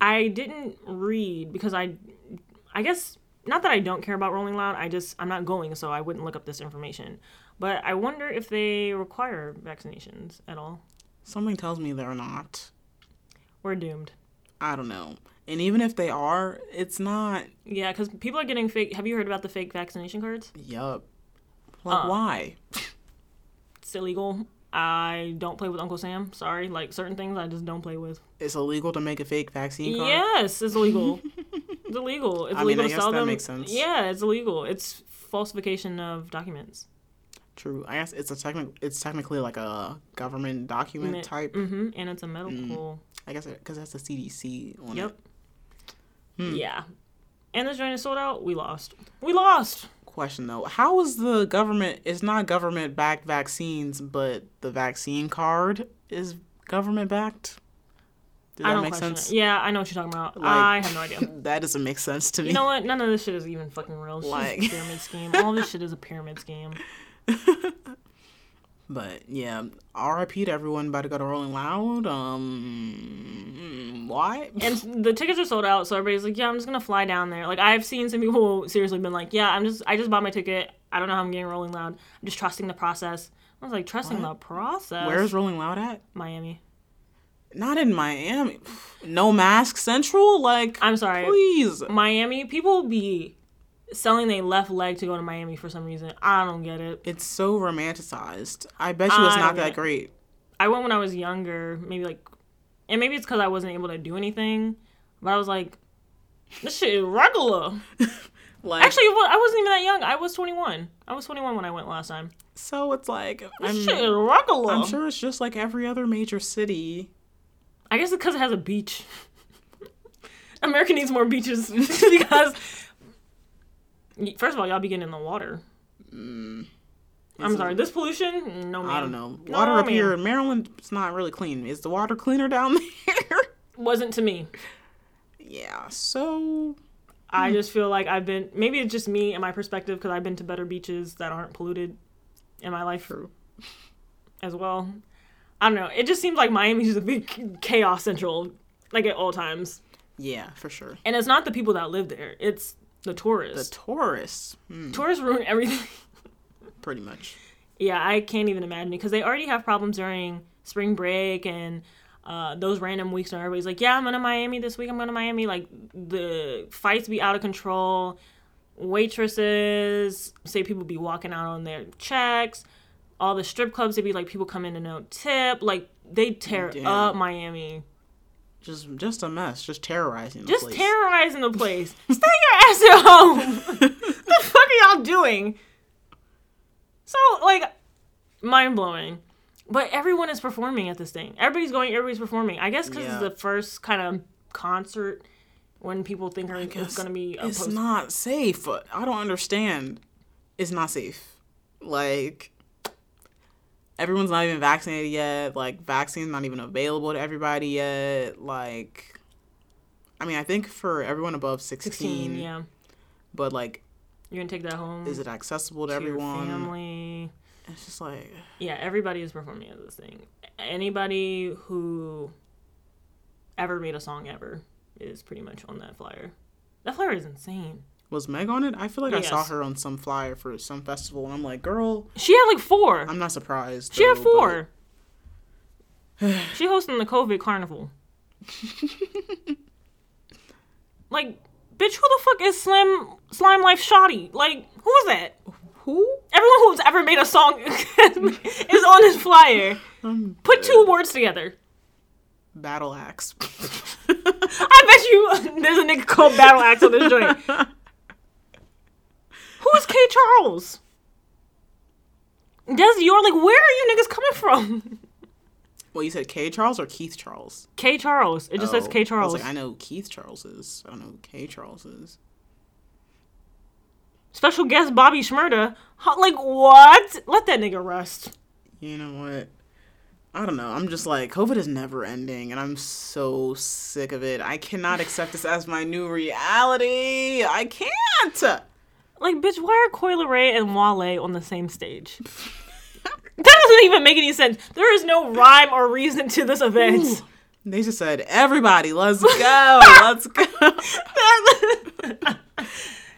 G: I didn't read because I, I guess not that I don't care about Rolling Loud. I just I'm not going, so I wouldn't look up this information. But I wonder if they require vaccinations at all.
C: something tells me they're not.
G: We're doomed.
C: I don't know. And even if they are, it's not.
G: Yeah, because people are getting fake. Have you heard about the fake vaccination cards? Uh.
C: Yup. Like, why?
G: It's illegal. I don't play with Uncle Sam. Sorry, like certain things I just don't play with.
C: It's illegal to make a fake vaccine card.
G: Yes, it's illegal. it's illegal. It's
C: I mean,
G: illegal
C: I
G: to
C: guess
G: sell
C: that
G: them.
C: makes sense.
G: Yeah, it's illegal. It's falsification of documents.
C: True. I guess it's a technic. It's technically like a government document
G: Me-
C: type. Mm.
G: hmm And it's a medical.
C: I guess because that's the CDC. On
G: Yep.
C: It. Hmm.
G: Yeah. And this joint is sold out. We lost. We lost.
C: Question though, how is the government? It's not government backed vaccines, but the vaccine card is government backed. Does
G: I
C: that
G: don't
C: make
G: question
C: sense?
G: it. Yeah, I know what you're talking about. I have no idea.
C: That doesn't make sense to me.
G: You know what? None of this shit is even fucking real. It's just
C: Like-
G: a pyramid scheme. All this shit is a pyramid scheme.
C: But yeah, RIP to everyone about to go to Rolling Loud. Um, why?
G: And the tickets are sold out, so everybody's like, "Yeah, I'm just gonna fly down there." Like I've seen some people seriously been like, "Yeah, I'm just I just bought my ticket. I don't know how I'm getting Rolling Loud. I'm just trusting the process." I was like, "Trusting the process?"
C: Where's Rolling Loud at?
G: Miami?
C: Not in Miami. No mask central. Like
G: I'm sorry.
C: please.
G: Miami people be selling their left leg to go to Miami for some reason. I don't get it.
C: It's so romanticized. I bet you it's
G: I
C: not
G: don't
C: that
G: know.
C: great.
G: I went when I was younger, maybe like, and maybe it's because I wasn't able to do anything, but I was like, this shit is regular.
C: Like,
G: Actually, well, I wasn't even that young. I was 21. I was 21 when I went last time.
C: so it's like I'm,
G: Shit, rock a
C: I'm
G: lot.
C: sure it's just like every other major city.
G: I guess because it has a beach. America needs more beaches because, first of all, y'all be getting in the water. I'm sorry, this pollution? No, man.
C: Mm. I don't know. Water up
G: man.
C: here in Maryland, it's not really clean. Is the water cleaner down there?
G: Wasn't to me.
C: yeah. So Hmm.
G: I just feel like I've been, maybe it's just me and my perspective because I've been to better beaches that aren't polluted in my life as well. I don't know. It just seems like Miami's just a big chaos central, like at all times.
C: yeah, for sure.
G: And it's not the people that live there, it's the
C: The
G: tourists.
C: tourists,
G: tourists ruin everything.
C: pretty much.
G: Yeah, I can't even imagine it because they already have problems during spring break and uh, those random weeks where everybody's like, "Yeah, I'm going to Miami this week. I'm going to Miami." Like the fights be out of control. Waitresses say people be walking out on their checks. All the strip clubs they be like people come in and no tip. Like they tear
C: Damn.
G: up Miami,
C: Just just a mess. Just terrorizing. The
G: just
C: place.
G: terrorizing the place. Stay your ass at home. the fuck are y'all doing? So like mind blowing. But everyone is performing at this thing. Everybody's going, everybody's performing. I guess because
C: Yeah.
G: it's the first kind of concert when people think are- it's going to be a
C: It's
G: post.
C: not safe. I don't understand. It's not safe. Like everyone's not even vaccinated yet. Like vaccine's not even available to everybody yet. Like I mean, I think for everyone above 16,
G: 16, yeah.
C: but like
G: You're going to take that home
C: is it accessible to,
G: to your
C: everyone?
G: family.
C: It's just like
G: Yeah, everybody is performing at this thing. Anybody who ever made a song ever is pretty much on that flyer. That flyer is insane.
C: was Meg on it? I feel like I saw
G: Yes.
C: her on some flyer for some festival and I'm like, "Girl,
G: She had like four.
C: I'm not surprised."
G: She had
C: though,
G: four. she hosting the COVID carnival. like, bitch, who the fuck is Slim Slime Life Shoddy? Like, who is that? Who? Everyone who's ever made a song is on this flyer. Put two words together.
C: but Battle Axe.
G: I bet you there's a nigga called Battle Axe on this joint. Who is K Charles? Des, you're like, where are you niggas coming from?
C: well, you said K Charles or Keith Charles?
G: K Charles. It just says
C: Oh,
G: K
C: I was
G: Charles.
C: like, I know Keith Charles is. I don't know who K Charles is.
G: Special guest Bobby Schmurda. Huh, Like what? Let that nigga rest.
C: You know what? I don't know. I'm just like, COVID is never ending, and I'm so sick of it. I cannot accept this as my new reality. I can't.
G: Like bitch, why are Coil Ray and Wale on the same stage? that doesn't even make any sense. There is no rhyme or reason to this event.
C: They just said, everybody, let's go. let's go.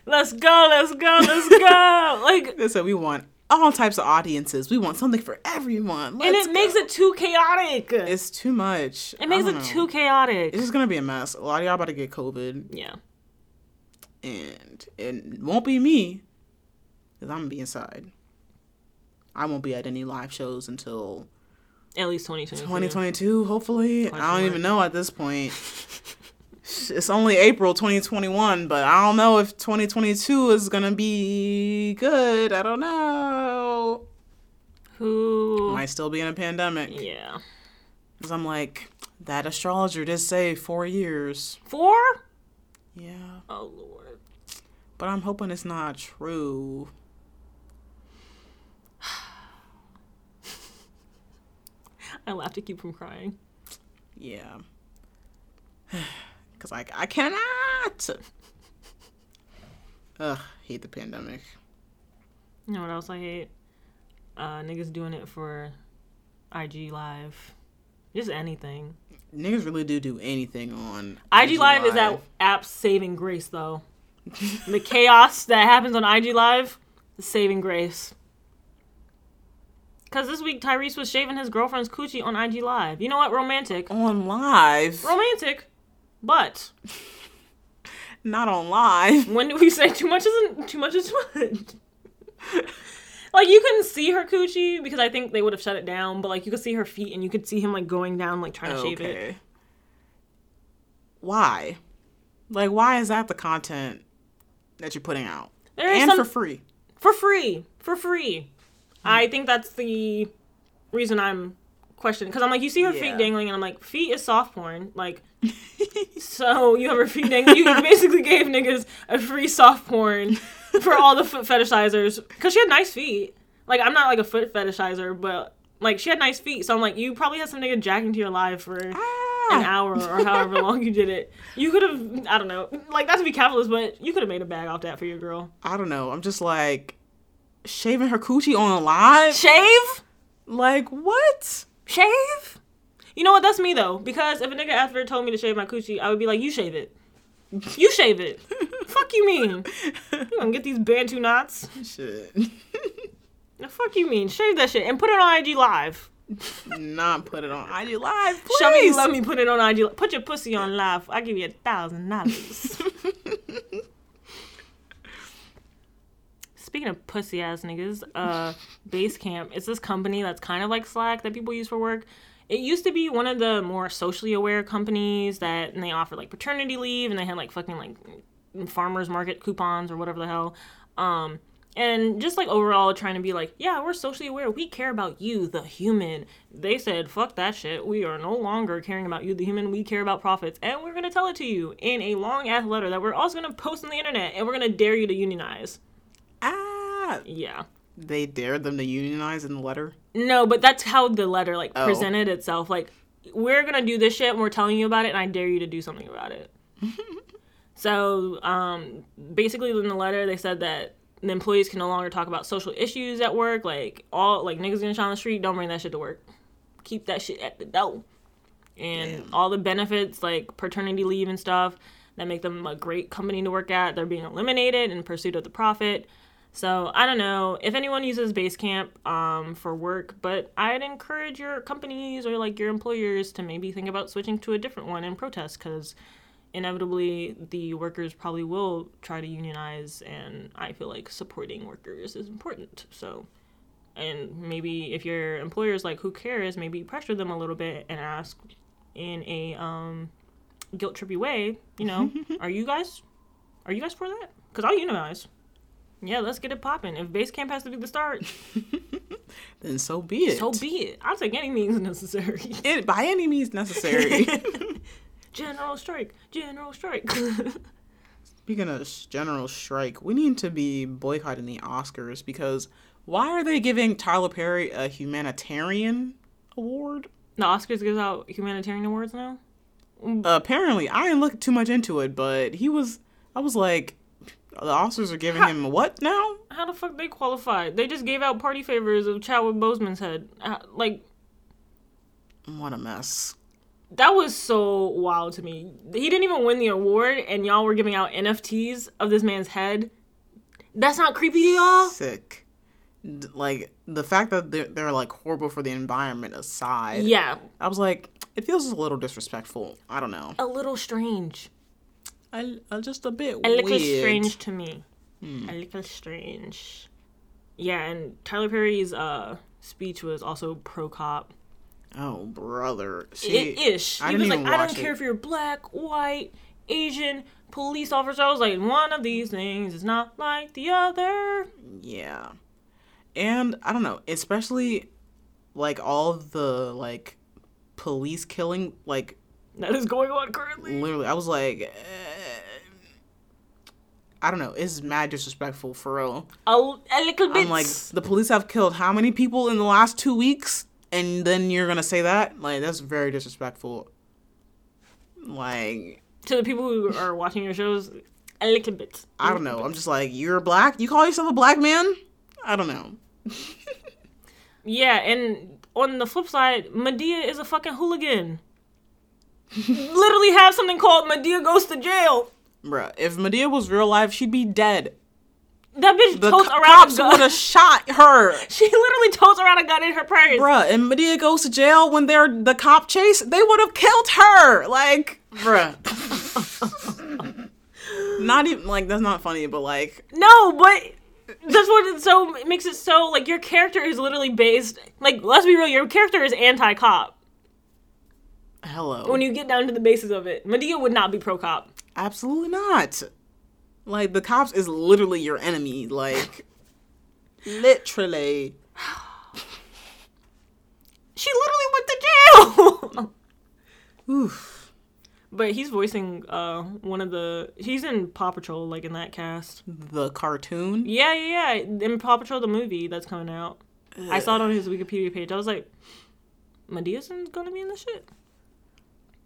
G: let's go, let's go, let's go. Like
C: They said, we want all types of audiences. We want something for everyone.
G: and
C: Let's
G: it makes
C: go."
G: it too chaotic.
C: It's too much.
G: it makes it too chaotic.
C: It's just gonna be a mess. A lot of y'all about to get COVID.
G: yeah.
C: and it won't be me because I'm gonna be inside. I won't be at any live shows until
G: At least 2022.
C: 2022, hopefully. I don't even know at this point. It's only April 2021, but I don't know if 2022 is gonna be good. I don't know.
G: Who?
C: Might still be in a pandemic.
G: yeah.
C: 'Cause I'm like, that astrologer did say four years.
G: Four?
C: Yeah.
G: Oh lord.
C: But I'm hoping it's not true.
G: I laughed to keep from crying.
C: Yeah. Cause like I cannot. Ugh, hate the pandemic.
G: You know what else I hate? Uh, niggas doing it for IG Live. Just anything.
C: Niggas really do do anything on
G: IG, Live, is that app saving grace, though. the chaos that happens on IG Live is saving grace. Because this week, Tyrese was shaving his girlfriend's coochie on IG Live. You know what? Romantic.
C: on live,
G: Romantic. But
C: not on live.
G: when do we say too much isn't too much is too much? like you couldn't see her coochie because I think they would have shut it down, but like you could see her feet and you could see him like going down like trying to shave it.
C: Okay. Why? Like, why is that the content? that you're putting out
G: There is
C: and
G: some
C: for free.
G: for free for free i think that's the reason i'm questioning because i'm like you see her
C: Yeah.
G: feet dangling and i'm like feet is soft porn like so you have her feet dangling you basically gave niggas a free soft porn for all the foot fetishizers because she had nice feet like i'm not like a foot fetishizer but like she had nice feet so i'm like you probably had some nigga jacking to your live for
C: Ah.
G: an hour or however long you did it you could have i don't know like not to be capitalist but you could have made a bag off that for your girl
C: I don't know. I'm just like shaving her coochie on a live.
G: shave
C: like what?
G: shave? You know what? That's me though. Because if a nigga ever told me to shave my coochie, I would be like, you shave it. You shave it. fuck you mean? You gonna get these bantu knots?
C: Shit.
G: The fuck you mean? Shave that shit and put it on IG Live.
C: Not put it on IG Live, please.
G: Show me you love me. Put it on IG. Li- Put your pussy on live. I will give you a thousand dollars. Speaking of pussy ass niggas, uh, Basecamp is this company that's kind of like Slack that people use for work. It used to be one of the more socially aware companies that, and they offered like paternity leave, and they had like fucking like farmers market coupons or whatever the hell. Um, and just like overall trying to be like, yeah, we're socially aware. We care about you, the human. They said, fuck that shit. We are no longer caring about you, the human. We care about profits. And we're going to tell it to you in a long ass letter that we're also going to post on the internet and we're going to dare you to unionize.
C: Ah,
G: Yeah.
C: they dared them to unionize in the letter.
G: No, but that's how the letter like presented itself. Like, we're gonna do this shit and we're telling you about it, and I dare you to do something about it. so, um, basically, in the letter, they said that the employees can no longer talk about social issues at work. Like, all like niggas getting shot on the street, don't bring that shit to work. Keep that shit at the door. And all the benefits like paternity leave and stuff that make them a great company to work at, they're being eliminated in pursuit of the profit. So I don't know if anyone uses Basecamp um, for work, but I'd encourage your companies or like your employers to maybe think about switching to a different one and protest because inevitably the workers probably will try to unionize, and I feel like supporting workers is important. So, and maybe if your employer is like, who cares, maybe pressure them a little bit and ask in a um, guilt trippy way, you know, are you guys, are you guys for that? Because I'll unionize. Yeah, let's get it popping. If Basecamp has to be the start,
C: Then so be it.
G: so be it. I'll take any means necessary.
C: it by any means necessary.
G: General strike, general strike.
C: Speaking of sh- general strike, we need to be boycotting the Oscars because why are they giving Tyler Perry a humanitarian award?
G: the Oscars gives out humanitarian awards now.
C: apparently, I didn't look too much into it, but he was. I was like, the Oscars are giving him what now?
G: How the fuck they qualified? They just gave out party favors of Chadwick Boseman's head. Uh, Like
C: What a mess.
G: that was so wild to me. He didn't even win the award, and y'all were giving out NFTs of this man's head. That's not creepy to y'all.
C: Sick. D- Like the fact that they're, they're like horrible for the environment aside.
G: Yeah,
C: I was like, it feels a little disrespectful. I don't know.
G: a little strange.
C: I, I just a bit
G: a little
C: weird. Hmm.
G: strange to me. A little strange. Yeah, and Tyler Perry's uh, speech was also pro cop
C: Oh brother. She,
G: ish.
C: I
G: He
C: didn't
G: was like,
C: even
G: I
C: watch
G: don't
C: it.
G: care if you're black, white, Asian, police officer. I was like, one of these things is not like the other.
C: Yeah. And I don't know, especially like all the like police killing like
G: That is going on currently.
C: literally I was like eh, I don't know, it's mad disrespectful for real.
G: A, a little bit.
C: I'm like the police have killed how many people in the last 2 weeks and then you're going to say that? Like that's very disrespectful. Like
G: to the people who are watching your shows, a little bit.
C: I don't know. I'm just like you're black. You call yourself a black man? I don't know.
G: Yeah, and on the flip side, Medea is a fucking hooligan. Literally have something called Medea goes to jail.
C: Bruh, if Medea was real life, she'd be dead.
G: That bitch
C: The
G: totes
C: co-
G: around a
C: cops
G: gun.
C: would have shot her.
G: she literally totes around a gun in her purse.
C: Bruh, and Medea goes to jail when they're the cop chase, they would have killed her. Like, bruh. not even, like, that's not funny, but like,
G: No, but that's what it's so it makes it so like your character is literally based like let's be real, your character is anti cop.
C: hello.
G: When you get down to the basis of it, Medea would not be pro cop.
C: Absolutely not. Like the cops is literally your enemy. Like literally.
G: She literally went to jail. But he's voicing uh one of the he's in Paw Patrol like in that cast.
C: The cartoon.
G: Yeah, yeah, yeah. In Paw Patrol the movie that's coming out. I saw it on his Wikipedia page. I was like, Medea's gonna be in this shit.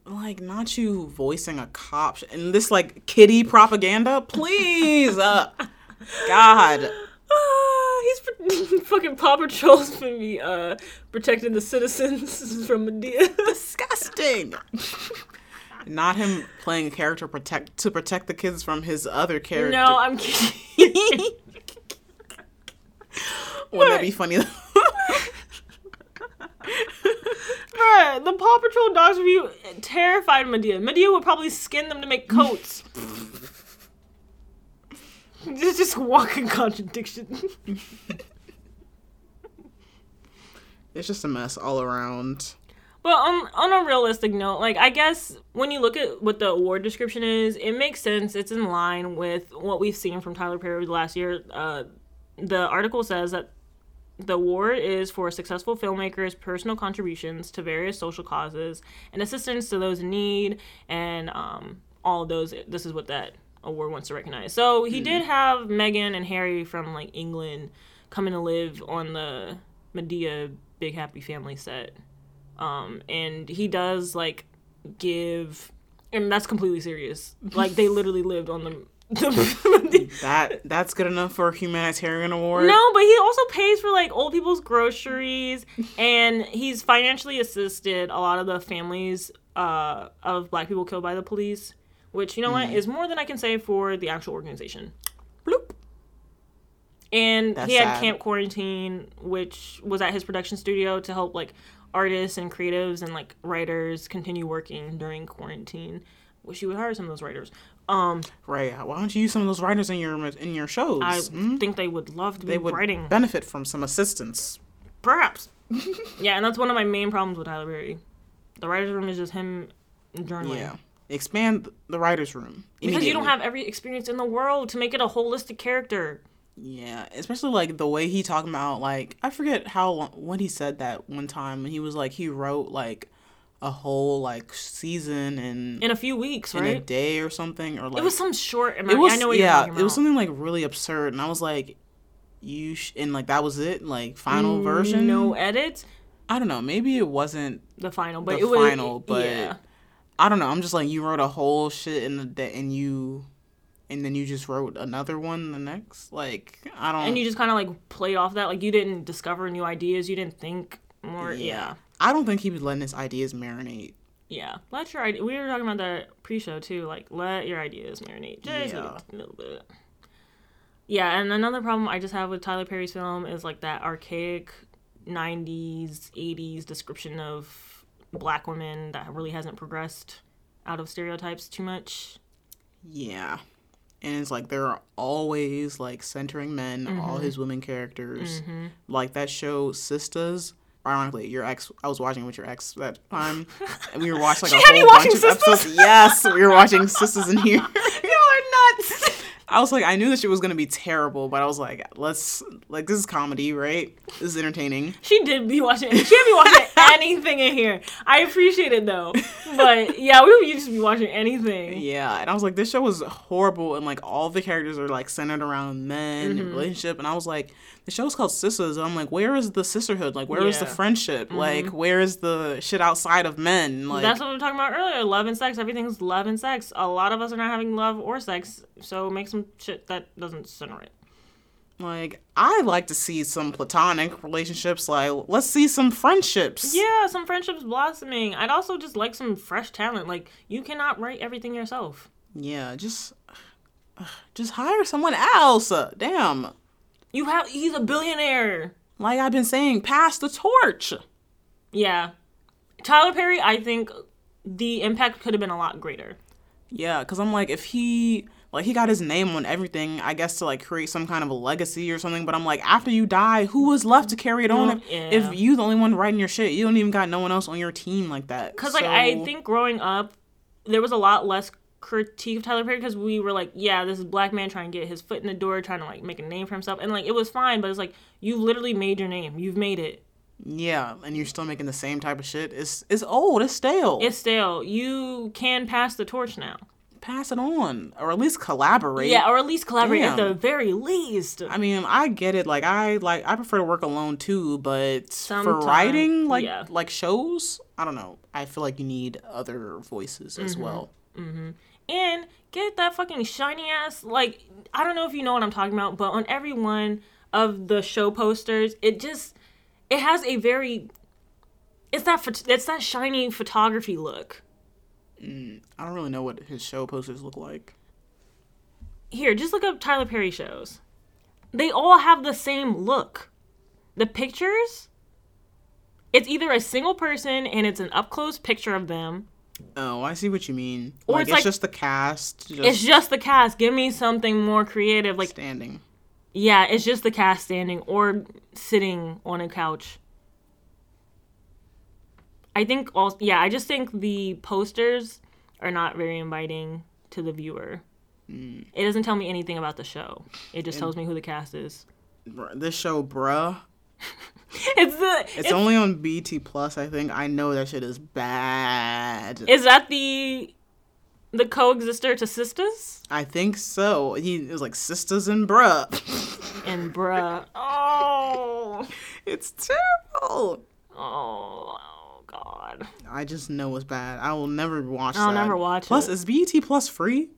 C: Like not you voicing a cop sh- and this like kitty propaganda. Please, uh, God.
G: Ah, he's pr- fucking Paw Patrol's gonna be uh protecting the citizens from Medea.
C: disgusting. Not him playing a character protect to protect the kids from his other character.
G: no, I'm kidding.
C: wouldn't that be funny?
G: Bruh, the Paw Patrol dogs would be terrified of Medea. Medea would probably skin them to make coats. It's just walking contradiction.
C: it's just a mess all around.
G: but on, on a realistic note, like, I guess when you look at what the award description is, it makes sense. It's in line with what we've seen from Tyler Perry last year. Uh, the article says that the award is for successful filmmakers' personal contributions to various social causes and assistance to those in need, and um, all of those. This is what that award wants to recognize. So he did have Meghan and Harry from like England coming to live on the Medea Big Happy Family set, um, and he does like give, and that's completely serious. Like they literally lived on the. the
C: That that's good enough for a humanitarian award.
G: no, but he also pays for like old people's groceries, and he's financially assisted a lot of the families uh, of black people killed by the police, which you know
C: Mm.
G: what is more than I can say for the actual organization. Bloop. And
C: That's
G: he had
C: sad.
G: Camp Quarantine, which was at his production studio to help like artists and creatives and like writers continue working during quarantine. Wish you would hire some of those writers. Um,
C: Right? Why don't you use some of those writers in your in your shows?
G: I
C: Hmm?
G: think they would love to
C: They
G: be
C: would
G: writing.
C: benefit from some assistance.
G: perhaps. yeah, and that's one of my main problems with Tyler Perry. The writers' room is just him journaling.
C: Yeah. Expand the writers' room
G: Because you don't
C: immediately.
G: have every experience in the world to make it a holistic character.
C: Yeah, especially like the way he talking about like I forget how long when he said that one time when he was like he wrote like a whole like season in
G: In a few weeks,
C: in a
G: right?
C: day or something or like
G: It was some short amount.
C: it was-
G: I know what you're
C: yeah
G: talking
C: it was
G: about.
C: something like really absurd and I was like you sh-, and like that was it like final version
G: Mm, no edits.
C: I don't know maybe it wasn't
G: The final, but
C: The
G: it was
C: final, but-
G: yeah.
C: I don't know I'm just like you wrote a whole shit in the day and you and then you just wrote another one the next like I don't
G: And you just kind of like played off that, like you didn't discover new ideas, you didn't think more. Yeah,
C: I don't think he was letting his ideas marinate
G: yeah. Let your idea. We were talking about that pre-show too. Like, let your ideas marinate just
C: Yeah.
G: a little bit. Yeah, and another problem I just have with Tyler Perry's film is like that archaic '90s, '80s description of black women that really hasn't progressed out of stereotypes too much.
C: Yeah. And it's like they're always like centering men,
G: Mm-hmm.
C: all his women characters. Like that show Sistas. Ironically, your ex I was watching it with your ex that time. And we were watching like a
G: had you
C: whole bunch of
G: watching Sistas?
C: episodes. Yes, we were watching Sistas in here.
G: You are nuts.
C: I was like, I knew that shit was gonna be terrible, but I was like, let's like this is comedy, right? This is entertaining.
G: She did be watching. She did be watching anything in here. I appreciate it though. But yeah, we would just be watching anything.
C: Yeah, and I was like, this show was horrible, and like all the characters are like centered around men
G: Mm-hmm.
C: and relationship, and I was like, the show's called Sisters, and I'm like, where is the sisterhood? Like, where is the
G: Yeah. Mm-hmm.
C: friendship? Like, where is the shit outside of men? Like,
G: That's what we were talking about earlier. Love and sex. Everything's love and sex. A lot of us are not having love or sex, so make some shit that doesn't center it.
C: like I like to see some platonic relationships. Like, let's see some friendships.
G: Yeah, some friendships blossoming. I'd also just like some fresh talent. Like you cannot write everything yourself.
C: yeah, just, just hire someone else. Damn,
G: You have. He's a billionaire.
C: like I've been saying, pass the torch.
G: Yeah, Tyler Perry. I think the impact could have been a lot greater.
C: Yeah, because I'm like, if he like he got his name on everything, I guess to like create some kind of a legacy or something. But I'm like, after you die, who was left to carry it on? If,
G: yeah.
C: if you the only one writing your shit, you don't even got no one else on your team like that.
G: Because like I think growing up, there was a lot less critique of Tyler Perry because we were like, yeah, this is a black man trying to get his foot in the door, trying to like make a name for himself, and like it was fine, but it's like you've literally made your name, you've made it.
C: Yeah, and you're still making the same type of shit. It's it's old. It's stale.
G: It's stale. You can pass the torch now.
C: Pass it on, or at least collaborate.
G: Yeah, or at least collaborate at
C: Damn.
G: the very least.
C: I mean, I get it. Like I like I prefer to work alone too, but
G: Sometime-
C: for writing like
G: yeah.
C: like shows, I don't know. I feel like you need other voices
G: Mm-hmm.
C: as well.
G: and get that fucking shiny ass like I don't know if you know what I'm talking about, but on every one of the show posters, it just it has a very it's that phot- it's that shiny photography look.
C: I don't really know what his show posters look like.
G: Here, just look up Tyler Perry shows. They all have the same look. The pictures it's either a single person and it's an up close picture of them.
C: Oh, I see what you mean.
G: Or
C: like
G: it's
C: it's,
G: like-
C: just the cast just
G: It's just the cast. Give me something more creative. Like,
C: standing.
G: yeah, it's just the cast standing or sitting on a couch. I think all yeah, I just think the posters are not very inviting to the viewer.
C: Mm.
G: It doesn't tell me anything about the show. It just tells me who the cast is.
C: Bruh, This show, bruh,
G: It's the
C: it's,
G: it's-
C: only on BT Plus. I think I know that shit is bad.
G: is that the the coexister to sisters
C: I think so. He it was like sisters and bruh.
G: and bruh. Oh,
C: it's terrible.
G: oh, god.
C: I just know it's bad. I will never watch.
G: I'll
C: that.
G: never watch
C: Plus,
G: it.
C: is BET Plus free?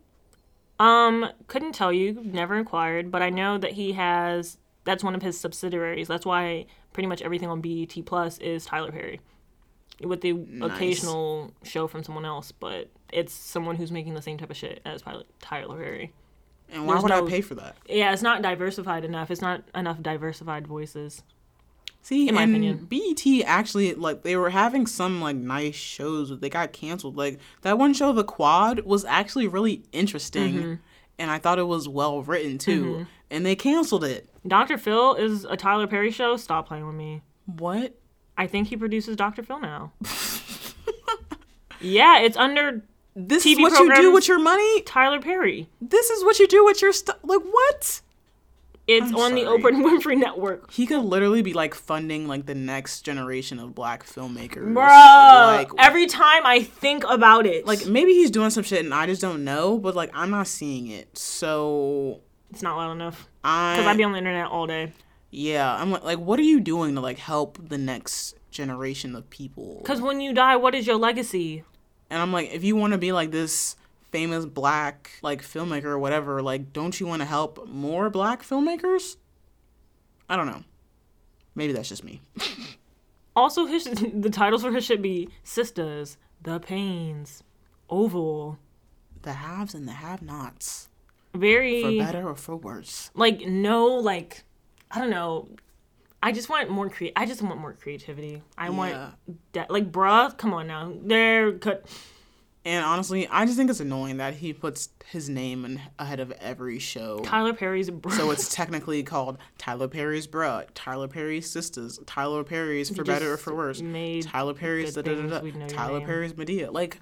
G: Um, couldn't tell you, never inquired, but I know that he has that's one of his subsidiaries. That's why pretty much everything on BET Plus is Tyler Perry. With the occasional show from someone else, but it's someone who's making the same type of shit as Tyler Tyler Perry.
C: And why
G: There's
C: would
G: no-
C: I pay for that?
G: Yeah, it's not diversified enough. It's not enough diversified voices.
C: See,
G: In my
C: and
G: opinion.
C: BET actually like they were having some like nice shows, but they got canceled. Like that one show, The Quad, was actually really interesting,
G: Mm-hmm.
C: and I thought it was well written too. And they canceled it.
G: Dr. Phil is a Tyler Perry show. Stop playing with me.
C: What?
G: I think he produces Dr. Phil now. yeah, it's under
C: This
G: TV
C: is what you do
G: programs-
C: with your money.
G: Tyler Perry.
C: This is what you do with your stuff. Like what?
G: It's
C: I'm
G: on the
C: sorry.
G: Oprah Winfrey Network.
C: He could literally be like funding like the next generation of black filmmakers.
G: Bruh.
C: Like
G: every time I think about it, like
C: like maybe he's doing some shit and I just don't know, but like I'm not seeing it. So
G: it's not loud enough.
C: I
G: Because I'd be on the internet all day.
C: yeah, I'm like, like what are you doing to like help the next generation of people?
G: Because when you die, what is your legacy?
C: And I'm like, if you want to be like this famous black like filmmaker or whatever, like don't you want to help more black filmmakers? I don't know. Maybe that's just me.
G: Also, his the titles for his should be Sisters, The Pains, Oval.
C: The haves and the have-nots, for
G: Very
C: better or for worse.
G: like no like I don't know. I just want more cre- I just want more creativity. I
C: Yeah.
G: want that like bruh, come on now. There cut
C: And honestly, I just think it's annoying that he puts his name in, ahead of every show.
G: Tyler Perry's bruh.
C: So it's technically called Tyler Perry's Bruh, Tyler Perry's Sisters, Tyler Perry's For Better or
G: just
C: For Worse,
G: made
C: Tyler Perry's da
G: good
C: da
G: things,
C: da
G: we'd know
C: da,
G: your
C: Tyler
G: name.
C: Perry's Medea. Like,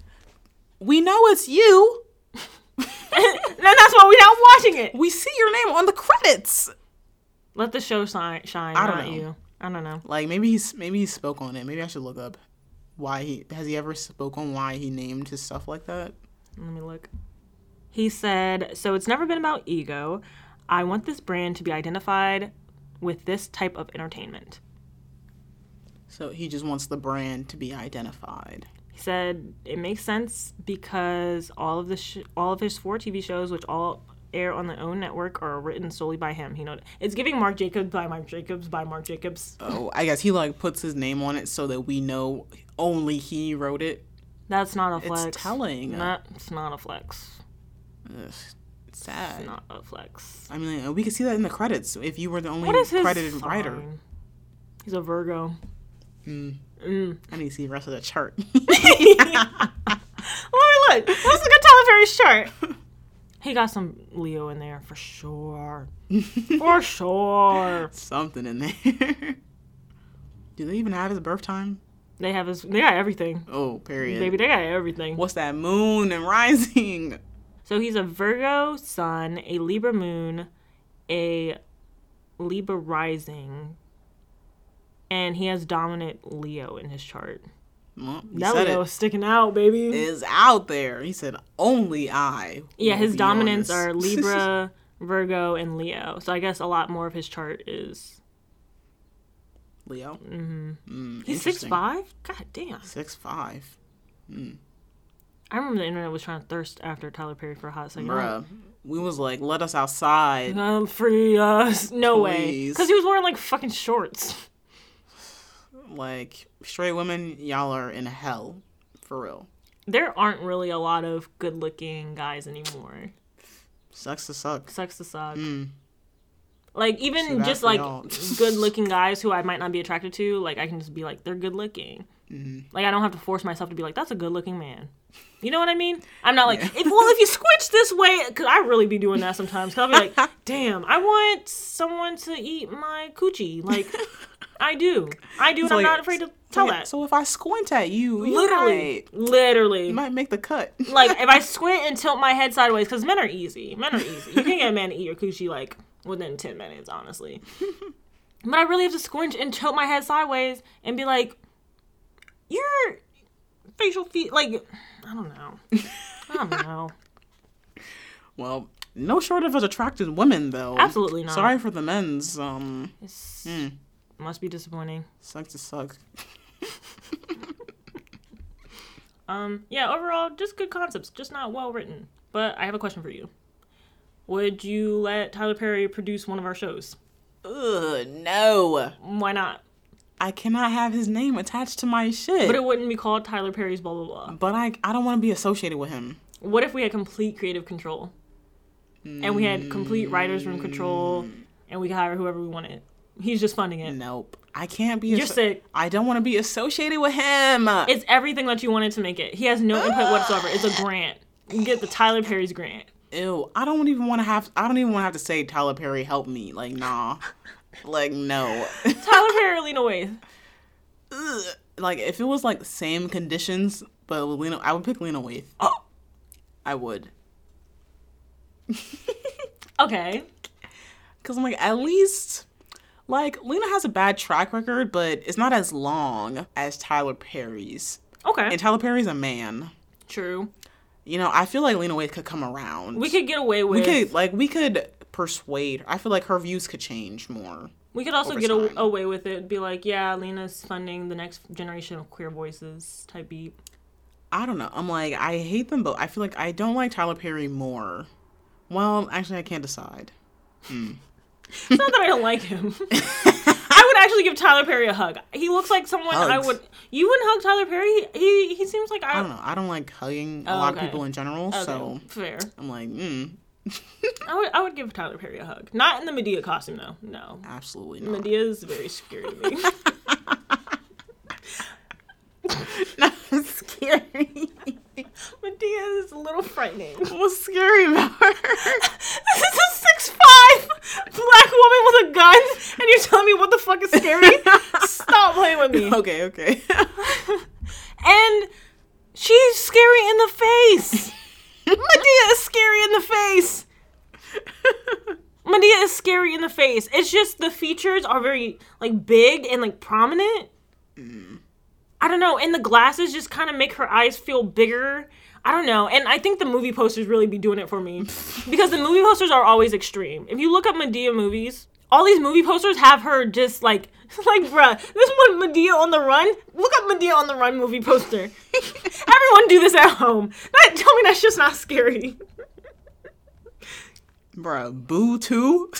C: we know it's you.
G: and that's why we're not watching it.
C: We see your name on the credits.
G: Let the show shine. shine
C: I don't
G: not
C: know.
G: you. I don't know.
C: Like maybe he's maybe he spoke on it. Maybe I should look up why he has he ever spoke on why he named his stuff like that.
G: Let me look. He said, "So it's never been about ego. I want this brand to be identified with this type of entertainment."
C: So he just wants the brand to be identified.
G: He said, "It makes sense because all of the sh- all of his four TV shows, which all air on their own network, are written solely by him. He know it's giving Mark Jacobs by Mark Jacobs by Mark Jacobs.
C: Oh, I guess he like puts his name on it so that we know only he wrote it.
G: That's not a
C: It's
G: flex.
C: telling.
G: Not, it's not a flex.
C: Ugh, sad.
G: Not a flex.
C: I mean, we could see that in the credits. If you were the only
G: What is his
C: credited writer,
G: sign? He's a Virgo."
C: I need to see the rest of the chart.
G: Let me Oh, look. Let's look at Tyler Perry's shirt. He got some Leo in there for sure. for sure.
C: Something in there. Do they even have his birth time?
G: They have his. They got everything.
C: Oh, period.
G: Baby, they got everything.
C: What's that moon and rising?
G: So he's a Virgo sun, a Libra moon, a Libra rising, and he has dominant Leo in his chart.
C: Well, you
G: That
C: said
G: Leo
C: it.
G: is sticking out, baby.
C: Is out there. He said only I.
G: yeah,
C: will
G: his
C: be
G: dominants
C: honest."
G: are Libra, Virgo, and Leo. So I guess a lot more of his chart is.
C: Leo.
G: He's six
C: Interesting.
G: five. God damn!
C: Six five.
G: I remember the internet was trying to thirst after Tyler Perry for a hot second.
C: Bruh. We was like, let us outside.
G: Um, free us. No way.
C: Please.
G: Because he was wearing like fucking shorts.
C: Like straight women, y'all are in hell. For real.
G: There aren't really a lot of good looking guys anymore.
C: Sucks to suck.
G: Sucks to suck.
C: Hmm.
G: Like, even
C: that
G: just
C: for
G: like
C: y'all.
G: good looking guys who I might not be attracted to, like, I can just be like, they're good looking.
C: Mm-hmm.
G: Like, I don't have to force myself to be like, that's a good looking man. You know what I mean? I'm not like, if, well, if you squinch this way, because I really be doing that sometimes. Because I'll be like, damn, I want someone to eat my coochie. Like, I do. I do, and I'm
C: like-
G: not afraid to tell
C: Yeah,
G: that.
C: So if I squint at you, you
G: literally,
C: might-
G: literally.
C: you might make the cut.
G: like if I squint and tilt my head sideways, because men are easy. Men are easy. You can get a man to eat your coochie like within ten minutes, honestly. but I really have to squinch and tilt my head sideways and be like, your facial feet, like I don't know, I don't know.
C: Well, no short of attractive women though.
G: Absolutely not.
C: Sorry for the men's. Um,
G: It's, Must be disappointing.
C: sucks to suck.
G: Um, yeah, overall, just good concepts, just not well written. But I have a question for you. Would you let Tyler Perry produce one of our shows?
C: Ugh, no.
G: Why not?
C: I cannot have his name attached to my shit.
G: But it wouldn't be called Tyler Perry's blah blah blah.
C: But I, I don't want to be associated with him.
G: What if we had complete creative control? And we had complete writers' room control
C: Mm.
G: and we could hire whoever we wanted. He's just funding it.
C: Nope. I can't be.
G: You're sick.
C: I don't want to be associated with him.
G: It's everything that you wanted to make it. He has no input whatsoever. It's a grant. You get the Tyler Perry's grant.
C: Ew. I don't even want to have. I don't even want to have to say Tyler Perry help me. Like nah. like no.
G: Tyler Perry or Lena Waithe.
C: like if it was like same conditions, but with Lena, I would pick Lena Waithe. Oh. I would.
G: Okay.
C: Cause I'm like, at least like Lena has a bad track record, but it's not as long as Tyler Perry's.
G: Okay.
C: And Tyler Perry's a man.
G: True.
C: You know, I feel like Lena Waithe could come around.
G: We could get away with
C: we could like we could persuade. I feel like her views could change more.
G: We could also
C: over
G: get a-
C: time.
G: away with it. Be like, yeah, Lena's funding the next generation of queer voices type beat.
C: I don't know. I'm like, I hate them both. I feel like I don't like Tyler Perry more. Well, actually, I can't decide.
G: It's not that I don't like him. I would actually give Tyler Perry a hug. He looks like someone I
C: Hugs.
G: would. You wouldn't hug Tyler Perry. He he, he seems like I.
C: I don't know. I don't like hugging a lot
G: okay.
C: of people in general, so
G: fair.
C: I'm like, mm,
G: I would I would give Tyler Perry a hug. Not in the Medea costume though. No,
C: absolutely not.
G: Medea is very scary to me.
C: scary.
G: Medea is a little frightening.
C: What's scary about her?
G: This is a six five black woman with a gun, and you're telling me what the fuck is scary? Stop playing with me.
C: okay, okay.
G: And she's scary in the face. Medea is scary in the face. Medea is scary in the face. It's just the features are very like big and like prominent. I don't know, and the glasses just kind of make her eyes feel bigger. I don't know, and I think the movie posters really be doing it for me because the movie posters are always extreme. If you look up Medea movies, all these movie posters have her just like, like bruh, this one Medea on the run. Look up Medea on the run movie poster. Everyone do this at home. That tell me that's just not scary.
C: Bruh, boo too?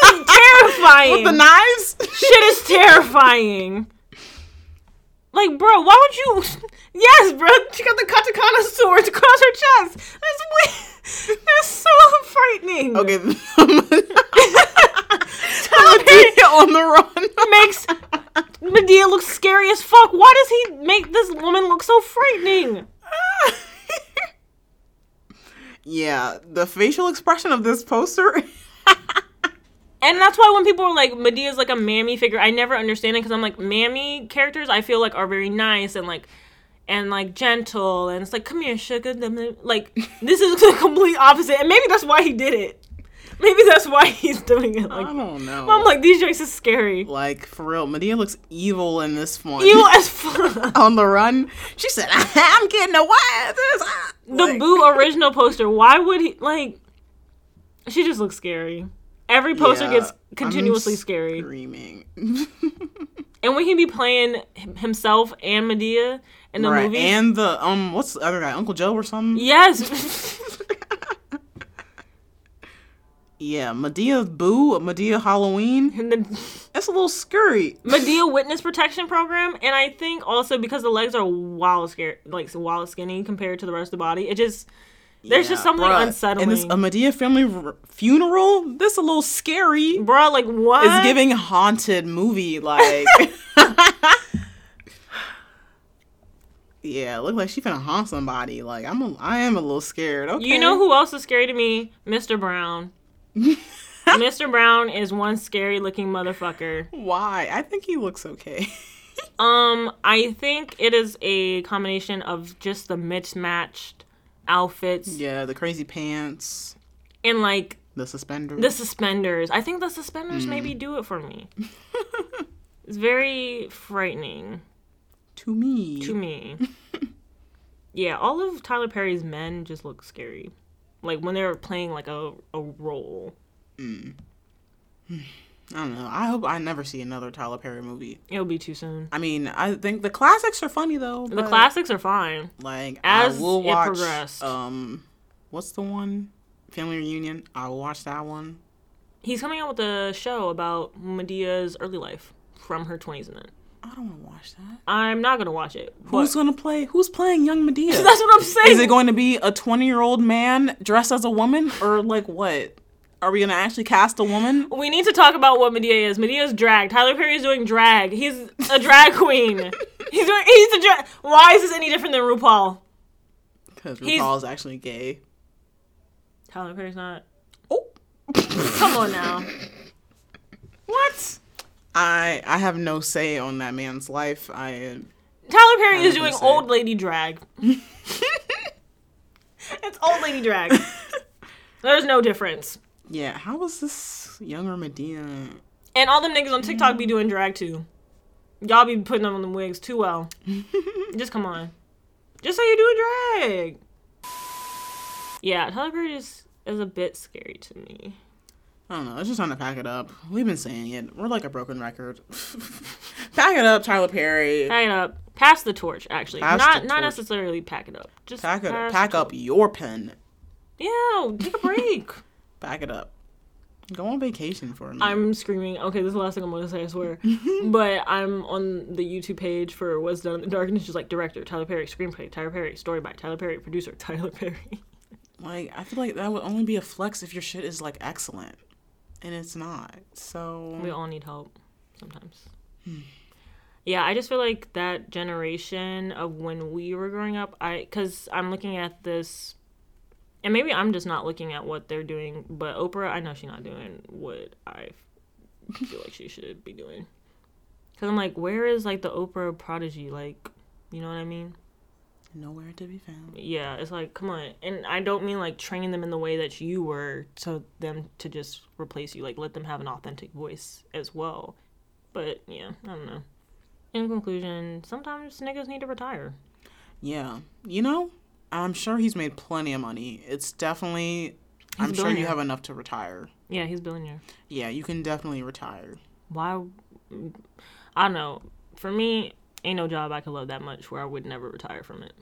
G: terrifying.
C: the knives?
G: shit is terrifying. Like, bro, why would you? Yes, bro, she got the katakana sword across her chest. That's weird. That's so frightening.
C: okay. Medea on the run.
G: Makes Medea look scary as fuck. Why does he make this woman look so frightening?
C: yeah, the facial expression of this poster.
G: And that's why when people are like Medea's like a mammy figure, I never understand it because I'm like mammy characters. I feel like are very nice and like and like gentle and it's like come here sugar like this is the complete opposite and maybe that's why he did it maybe that's why he's doing it like
C: I don't know.
G: i'm like these drinks is scary
C: Like for real, Medea looks evil in this one.
G: evil as fuck
C: on the run. She said, "I'm getting away." with This. ah."
G: the
C: Like,
G: boo original poster why would he like she just looks scary every poster
C: yeah,
G: gets
C: I'm
G: continuously scary
C: Screaming.
G: and when he be playing him- himself and medea in the
C: right,
G: movie
C: and the um, what's the other guy? Uncle Joe or something?
G: yes
C: Yeah, Medea Boo, Medea Halloween.
G: and then
C: That's a little scary.
G: Medea witness protection program, and I think also because the legs are wild scare like wild skinny compared to the rest of the body, it just there's just
C: Yeah,
G: something
C: bruh.
G: unsettling.
C: And this a Medea family r- funeral. That's a little scary.
G: Bruh, like what?
C: It's giving haunted movie like. yeah, look like she finna haunt somebody. Like I'm, a, I am a little scared. Okay.
G: You know who else is scary to me? Mr. Brown. Mr. Brown is one scary looking motherfucker.
C: Why? I think he looks okay.
G: Um, I think it is a combination of just the mismatched outfits
C: yeah, the crazy pants,
G: and like
C: the suspenders.
G: the suspenders. I think the suspenders
C: Mm.
G: maybe do it for me. it's very frightening.
C: to me.
G: to me. yeah, all of Tyler Perry's men just look scary. Like when they're playing like a, a role.
C: I don't know. I hope I never see another Tyler Perry movie.
G: It'll be too soon.
C: I mean, I think the classics are funny though.
G: The classics are fine.
C: like
G: as
C: I will
G: it
C: watch.
G: progressed.
C: Um, what's the one? Family reunion. I will watch that one.
G: He's coming out with a show about Medea's early life from her 20s and then.
C: I don't want to watch that.
G: I'm not going to watch it. but-
C: Who's gonna play? Who's playing young Medea?
G: That's what I'm saying.
C: Is it going to be a 20 year old man dressed as a woman, or like what? Are we gonna actually cast a woman?
G: we need to talk about what Medea is. Medea's drag. Tyler Perry is doing drag. He's a drag queen. he's doing he's a drag. Why is this any different than RuPaul?
C: Because
G: He's-
C: RuPaul's actually gay.
G: Tyler Perry's not.
C: Oh,
G: Come on now.
C: what? I I have no say on that man's life. I
G: Tyler Perry is
C: gonna
G: doing
C: say.
G: old lady drag. it's old lady drag. There's no difference.
C: yeah. How was this younger Medea?
G: And all them niggas on TikTok be doing drag too. Y'all be putting them on them wigs too well. Just come on. Just say you're doing drag. Yeah, Tyler Perry is, is a bit scary to me.
C: I don't know. It's just time to pack it up. We've been saying it. We're like a broken record. pack it up, Tyler Perry.
G: Pack it up. Pass the torch, actually.
C: Pass
G: not
C: the
G: not
C: torch.
G: necessarily pack it up. Just
C: Pack it.
G: pass
C: Pack
G: the
C: up
G: torch.
C: your pen.
G: Yeah, take a break.
C: Pack it up. Go on vacation for a minute.
G: I'm screaming. Okay, this is the last thing I'm gonna say. I swear. but I'm on the YouTube page for What's Done in the Dark, and it's just like director Tyler Perry, screenplay Tyler Perry, story by Tyler Perry, producer Tyler Perry.
C: Like, I feel like that would only be a flex if your shit is like excellent, and it's not. So
G: we all need help sometimes. yeah, I just feel like that generation of when we were growing up, I because I'm looking at this. And maybe I'm just not looking at what they're doing, but Oprah, I know she's not doing what I feel like she should be doing. Cause I'm like, where is like the Oprah prodigy? Like, you know what I mean?
C: nowhere to be found.
G: Yeah, it's like, come on. And I don't mean like train them in the way that you were to them to just replace you. Like, let them have an authentic voice as well. But yeah, I don't know. In conclusion, sometimes niggas need to retire.
C: Yeah, you know, I'm sure he's made plenty of money. It's definitely. I'm sure you
G: billionaire.
C: have enough to retire.
G: Yeah, he's a billionaire.
C: Yeah, you can definitely retire.
G: Why? mm, I don't know. For me, ain't no job I could love that much where I would never retire from it.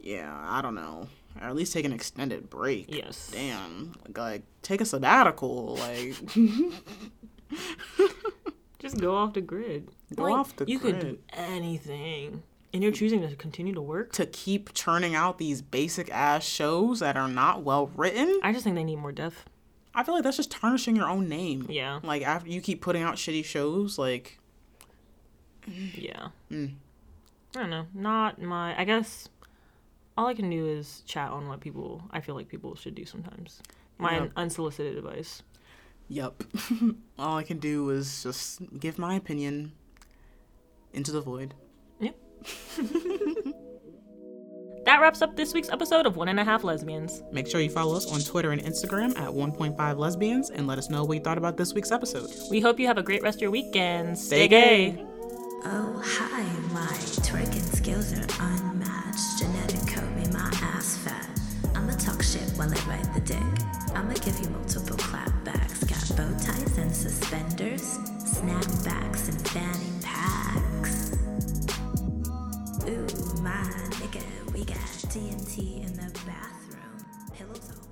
C: Yeah, I don't know, or at least take an extended break.
G: Yes.
C: Damn, like, like take a sabbatical. Like,
G: Just go off the grid.
C: Go off the
G: you could do
C: grid.
G: anything. And you're choosing to continue to work?
C: to keep churning out these basic ass shows that are not well written.
G: I just think they need more depth.
C: I feel like that's just tarnishing your own name.
G: Yeah.
C: Like after you keep putting out shitty shows, like
G: Yeah.
C: Mm.
G: I don't know. Not my. I guess all I can do is chat on what people. I feel like people should do sometimes. My
C: Yep.
G: unsolicited advice.
C: Yep. All I can do is just give my opinion into the void.
G: Yep. that wraps up this week's episode of One and a Half Lesbians.
C: Make sure you follow us on Twitter and Instagram at 1.5 lesbians and let us know what you thought about this week's episode.
G: We hope you have a great rest of your weekend.
C: Stay gay.
H: Oh, hi, my twerking skills are unmatched. Genetic code made my ass fat. I'ma talk shit while I ride the dick. I'ma give you multiple clapbacks. Got bow ties and suspenders, snapbacks and fanny packs. Ooh, my nigga, we got TNT in the bathroom. Pillows all